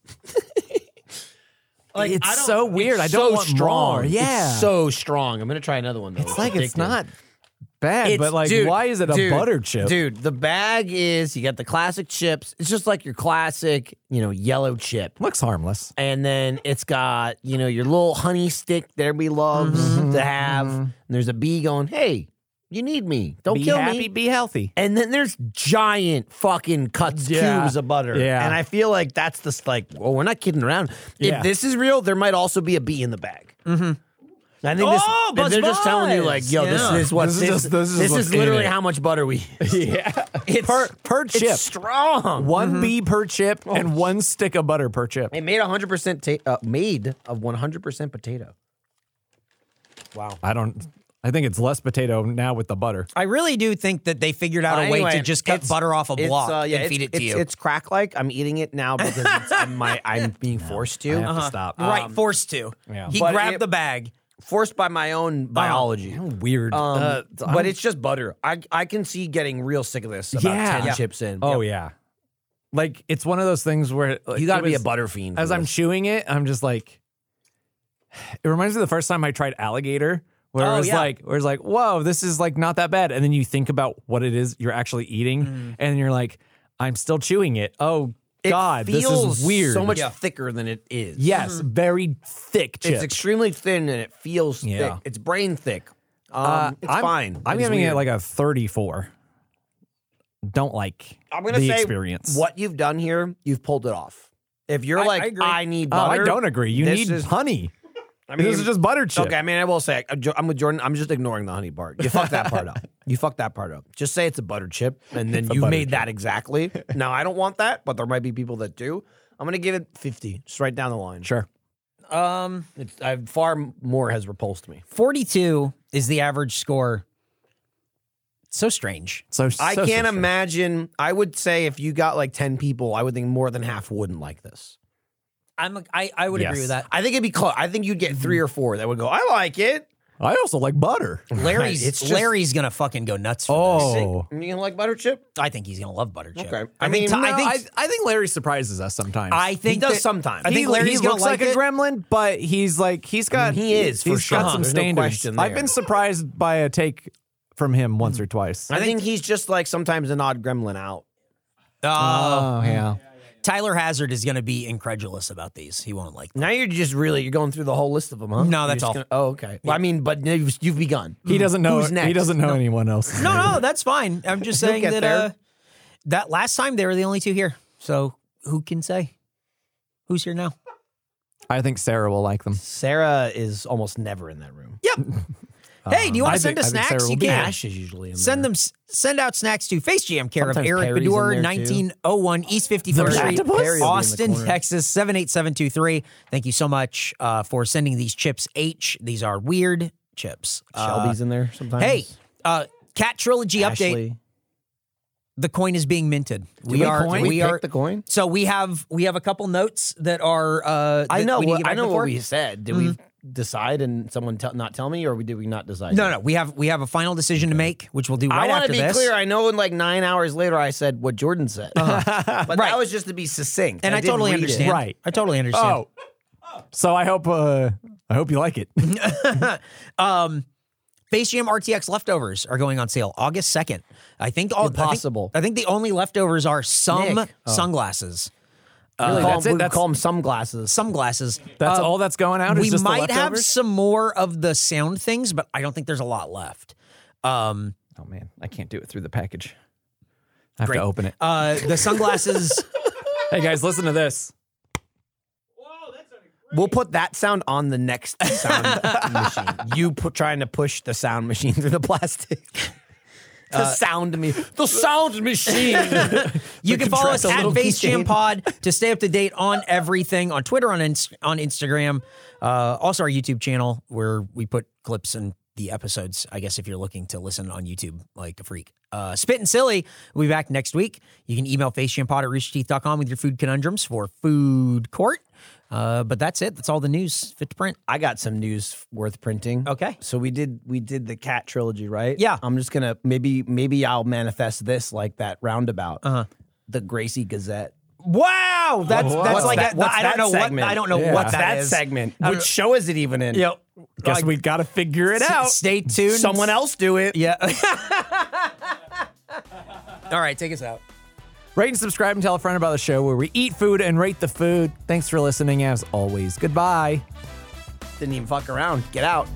Speaker 1: like,
Speaker 2: it's
Speaker 1: I don't-
Speaker 2: so weird.
Speaker 1: it's
Speaker 2: I don't
Speaker 1: so
Speaker 2: want
Speaker 1: strong.
Speaker 2: more. Yeah.
Speaker 1: It's so strong. I'm gonna try another one though.
Speaker 2: It's like it's
Speaker 1: addictive.
Speaker 2: not bad,
Speaker 1: It's-
Speaker 2: but like,
Speaker 1: dude,
Speaker 2: why is it a
Speaker 1: dude,
Speaker 2: butter chip?
Speaker 1: Dude, the bag is you got the classic chips. It's just like your classic, you know, yellow chip.
Speaker 2: Looks harmless.
Speaker 1: And then it's got, you know, your little honey stick that everybody loves
Speaker 2: Mm-hmm.
Speaker 1: to have. And there's a bee going, hey, you need me. Don't
Speaker 2: be
Speaker 1: kill
Speaker 2: happy,
Speaker 1: me.
Speaker 2: be healthy.
Speaker 1: And then there's giant fucking cuts
Speaker 2: Yeah.
Speaker 1: cubes of butter.
Speaker 2: Yeah.
Speaker 1: And I feel like that's this like, well, we're not kidding around.
Speaker 2: Yeah.
Speaker 1: If this is real, there might also be a bee in the bag. Mm-hmm. I think
Speaker 3: Oh,
Speaker 1: this,
Speaker 3: Buzz
Speaker 1: they're just telling you, like, yo, this
Speaker 3: Yeah.
Speaker 1: is what
Speaker 2: This is
Speaker 1: this,
Speaker 2: just- this is
Speaker 1: this
Speaker 2: what's
Speaker 1: is
Speaker 2: in
Speaker 1: literally
Speaker 2: it.
Speaker 1: how much butter we
Speaker 2: (laughs) Yeah.
Speaker 1: it's,
Speaker 2: per per
Speaker 1: it's
Speaker 2: chip.
Speaker 1: strong.
Speaker 2: one bee per chip and one stick of butter per chip.
Speaker 1: It made 100% ta- uh, made of 100% potato.
Speaker 2: I don't I think it's less potato now with the butter.
Speaker 3: I really do think that they figured out a way
Speaker 1: Uh, Anyway,
Speaker 3: to just cut
Speaker 1: it's-
Speaker 3: butter off a
Speaker 1: it's,
Speaker 3: block
Speaker 1: uh, yeah,
Speaker 3: and
Speaker 1: it's-
Speaker 3: feed it to
Speaker 1: it's-
Speaker 3: you.
Speaker 1: It's crack like. I'm eating it now because it's, I'm, my, I'm being forced to. Uh-huh.
Speaker 2: I have to stop.
Speaker 1: um,
Speaker 3: right, forced to.
Speaker 2: Yeah.
Speaker 3: He
Speaker 1: But
Speaker 3: grabbed
Speaker 1: it-
Speaker 3: the bag.
Speaker 1: Forced by my own biology.
Speaker 2: Weird.
Speaker 1: Um,
Speaker 2: Uh,
Speaker 1: but it's just butter. I I can see getting real sick of this. About
Speaker 2: Yeah.
Speaker 1: ten
Speaker 2: Yeah.
Speaker 1: chips in.
Speaker 2: oh yeah. Like it's one of those things where like,
Speaker 1: you got
Speaker 2: it
Speaker 1: to be a
Speaker 2: was-
Speaker 1: butter fiend.
Speaker 2: As
Speaker 1: for
Speaker 2: I'm
Speaker 1: this.
Speaker 2: chewing it, I'm just like (sighs) it reminds me of the first time I tried alligator where
Speaker 3: Oh,
Speaker 2: it was
Speaker 3: yeah.
Speaker 2: like where it's like, whoa, this is like not that bad. And then you think about what it is you're actually eating and you're like, I'm still chewing it. Oh
Speaker 1: Mm. It
Speaker 2: God, this
Speaker 1: feels
Speaker 2: is weird.
Speaker 1: So much thicker than it is. Mm-hmm.
Speaker 2: Yes, very thick chip.
Speaker 1: it's extremely thin and it feels
Speaker 2: Yeah.
Speaker 1: thick. It's brain thick. Um,
Speaker 2: Uh,
Speaker 1: it's
Speaker 2: I'm,
Speaker 1: fine.
Speaker 2: I'm
Speaker 1: It's
Speaker 2: giving
Speaker 1: weird.
Speaker 2: it like a 34. Don't like
Speaker 1: I'm gonna
Speaker 2: the
Speaker 1: say
Speaker 2: experience.
Speaker 1: what you've done here. You've pulled it off. If you're
Speaker 3: I- I
Speaker 1: like
Speaker 3: agree.
Speaker 1: I, need
Speaker 2: Oh,
Speaker 1: butter,
Speaker 2: I don't agree. You
Speaker 1: this
Speaker 2: need
Speaker 1: is-
Speaker 2: honey.
Speaker 1: I mean,
Speaker 2: this is just butter chip.
Speaker 1: Okay, I mean, I will say I'm Jo- I'm with Jordan. I'm just ignoring the honey part. You fucked that part up.
Speaker 2: (laughs)
Speaker 1: You fucked that part up. Just say it's a butter chip, and then you
Speaker 2: butter
Speaker 1: made that
Speaker 2: (laughs)
Speaker 1: exactly. Now I don't want that, but there might be people that do. I'm gonna give it 50, straight down the line.
Speaker 2: Sure.
Speaker 3: Um,
Speaker 1: It's, I, far more has repulsed me.
Speaker 3: 42 is the average score. So strange.
Speaker 2: So,
Speaker 1: I
Speaker 2: so, so
Speaker 1: can't
Speaker 2: strange.
Speaker 1: imagine. I would say if you got like 10 people, I would think more than half wouldn't like this.
Speaker 3: I'm I, I would agree
Speaker 2: Yes.
Speaker 3: with that.
Speaker 1: I think it'd be close. I think you'd get
Speaker 2: Mm.
Speaker 1: three or four that would go, I like it.
Speaker 2: I also like butter.
Speaker 3: Larry's
Speaker 1: It's just-
Speaker 3: Larry's gonna fucking go nuts for this.
Speaker 2: Oh.
Speaker 1: You gonna like butter chip?
Speaker 3: I think he's gonna love butter chip.
Speaker 1: Okay.
Speaker 3: I,
Speaker 1: I
Speaker 3: mean,
Speaker 1: mean,
Speaker 3: I
Speaker 2: No,
Speaker 3: think
Speaker 2: I, I think Larry surprises us sometimes.
Speaker 3: I think
Speaker 1: he does
Speaker 3: that-
Speaker 1: sometimes.
Speaker 3: I
Speaker 2: He-
Speaker 3: think Larry's
Speaker 2: he
Speaker 3: gonna
Speaker 2: looks
Speaker 3: like
Speaker 2: like,
Speaker 3: it.
Speaker 2: a gremlin, but he's like he's got
Speaker 1: He is, for
Speaker 2: he's
Speaker 1: sure.
Speaker 2: got some
Speaker 1: There's no
Speaker 2: standards.
Speaker 1: question
Speaker 2: I've
Speaker 1: there.
Speaker 2: been surprised by a take from him once or twice.
Speaker 1: I think he's just like sometimes an odd gremlin out.
Speaker 3: Uh,
Speaker 2: oh yeah.
Speaker 3: Tyler Hazard is gonna be incredulous about these. He won't like them.
Speaker 1: Now you're just really you're going through the whole list of them, huh?
Speaker 3: No,
Speaker 1: You're
Speaker 3: that's
Speaker 1: just
Speaker 3: all.
Speaker 1: gonna- oh, okay. Well, I mean, but now you've, you've begun. Hmm.
Speaker 2: He doesn't know
Speaker 1: Mm. Who's next?
Speaker 2: he doesn't know anyone else.
Speaker 3: No, no, that's fine. I'm just
Speaker 1: He'll
Speaker 3: saying
Speaker 1: get
Speaker 3: that
Speaker 1: there.
Speaker 3: uh that last time they were the only two here. So who can say? Who's here now?
Speaker 2: I think Sarah will like them.
Speaker 1: Sarah is almost never in that room.
Speaker 3: Yep. hey, do you want
Speaker 2: I
Speaker 3: to send
Speaker 2: think-
Speaker 3: us
Speaker 2: I think Sarah
Speaker 3: snacks?
Speaker 2: will
Speaker 3: You
Speaker 2: be
Speaker 3: can.
Speaker 2: here.
Speaker 1: Ash is usually in
Speaker 3: Send them. s- Send out snacks to Face Jam care
Speaker 1: Sometimes
Speaker 3: of Eric
Speaker 1: Perry's in
Speaker 3: Bedour,
Speaker 1: there, too.
Speaker 3: 1901 East 51st
Speaker 1: The
Speaker 3: Street,
Speaker 1: platypus? Perry will be in the
Speaker 3: Austin,
Speaker 1: corner.
Speaker 3: Texas 78723. Thank you so much uh, for sending these chips. H. These are weird chips. Uh,
Speaker 1: Shelby's in there sometimes.
Speaker 3: hey, uh, Cat Trilogy update.
Speaker 1: Ashley.
Speaker 3: The coin is being minted. we,
Speaker 1: we
Speaker 3: are.
Speaker 1: coin?
Speaker 3: We,
Speaker 1: Did we
Speaker 3: are.
Speaker 1: pick the coin?
Speaker 3: So we have we have a couple notes that are. Uh,
Speaker 1: I
Speaker 3: that
Speaker 1: know.
Speaker 3: we need to
Speaker 1: What,
Speaker 3: get
Speaker 1: I
Speaker 3: back
Speaker 1: know
Speaker 3: and forth.
Speaker 1: what we said. Did we decide and someone tell not tell me, or did we not decide?
Speaker 3: No, no. We have we have a final decision to make, which we'll do right
Speaker 1: I want
Speaker 3: after
Speaker 1: to be
Speaker 3: this.
Speaker 1: clear. I know. In like nine hours later, I said what Jordan said, (laughs) but that was just to be succinct.
Speaker 3: Uh-huh. and I,
Speaker 1: didn't
Speaker 3: totally
Speaker 1: read it.
Speaker 3: understand.
Speaker 2: Right.
Speaker 3: I totally understand.
Speaker 2: Oh. So I hope uh I hope you like it.
Speaker 3: Space Jam RTX leftovers are going on sale August 2nd. I think all I think-
Speaker 1: Impossible.
Speaker 3: I think, the only leftovers are some
Speaker 1: Nick.
Speaker 2: Oh.
Speaker 3: sunglasses.
Speaker 1: Really,
Speaker 2: that's
Speaker 1: call,
Speaker 2: it,
Speaker 1: we would
Speaker 2: that's-
Speaker 1: call them sunglasses.
Speaker 3: Some glasses.
Speaker 2: That's
Speaker 3: Uh,
Speaker 2: all that's going out. is
Speaker 3: We
Speaker 2: just the
Speaker 3: might have
Speaker 2: leftovers?
Speaker 3: some more of the sound things, but I don't think there's a lot left. Um,
Speaker 2: Oh man, I can't do it through the package. I have
Speaker 3: Great.
Speaker 2: to open it.
Speaker 3: uh,
Speaker 2: (laughs)
Speaker 3: the sunglasses.
Speaker 2: Hey guys, listen to this.
Speaker 1: We'll put that sound on the next (laughs) sound machine. You put, trying to push the sound machine through the (laughs) plastic. the sound me. Uh, The sound (laughs) machine.
Speaker 3: you can follow us
Speaker 1: contractile
Speaker 3: at
Speaker 1: little
Speaker 3: Face Jam
Speaker 1: keychain.
Speaker 3: Pod
Speaker 1: (laughs)
Speaker 3: to stay up to date on everything on Twitter, on Inst- on Instagram, uh, also our YouTube channel where we put clips and the episodes. I guess if you're looking to listen on YouTube, like a freak. Uh, Spit and Silly will be back next week. You can email facejampod at roosterteeth.com with your food conundrums for food court. Uh, but that's it. That's all the news. Fit to print.
Speaker 1: I got some news worth printing.
Speaker 3: Okay.
Speaker 1: So we did we did the cat trilogy, right?
Speaker 3: Yeah.
Speaker 1: I'm just gonna maybe maybe I'll manifest this like that roundabout. Uh-huh. The Gracie Gazette.
Speaker 3: Wow, Oh, that's
Speaker 2: Whoa.
Speaker 3: that's
Speaker 2: What's
Speaker 3: like
Speaker 2: that-
Speaker 3: a,
Speaker 1: what's
Speaker 3: I don't
Speaker 1: that
Speaker 3: know
Speaker 1: segment?
Speaker 3: what I don't know
Speaker 2: Yeah.
Speaker 3: what
Speaker 1: What's
Speaker 3: that,
Speaker 1: that
Speaker 3: is.
Speaker 1: segment? Uh, Which show is it even in?
Speaker 3: Yep.
Speaker 2: Guess
Speaker 3: Like,
Speaker 2: we got to figure it
Speaker 3: s-
Speaker 2: out.
Speaker 3: Stay tuned.
Speaker 1: Someone else do it. (laughs)
Speaker 3: Yeah. All right, take us out.
Speaker 2: Rate and subscribe and tell a friend about the show where we eat food and rate the food. Thanks for listening as always. Goodbye.
Speaker 1: Didn't even fuck around. Get out.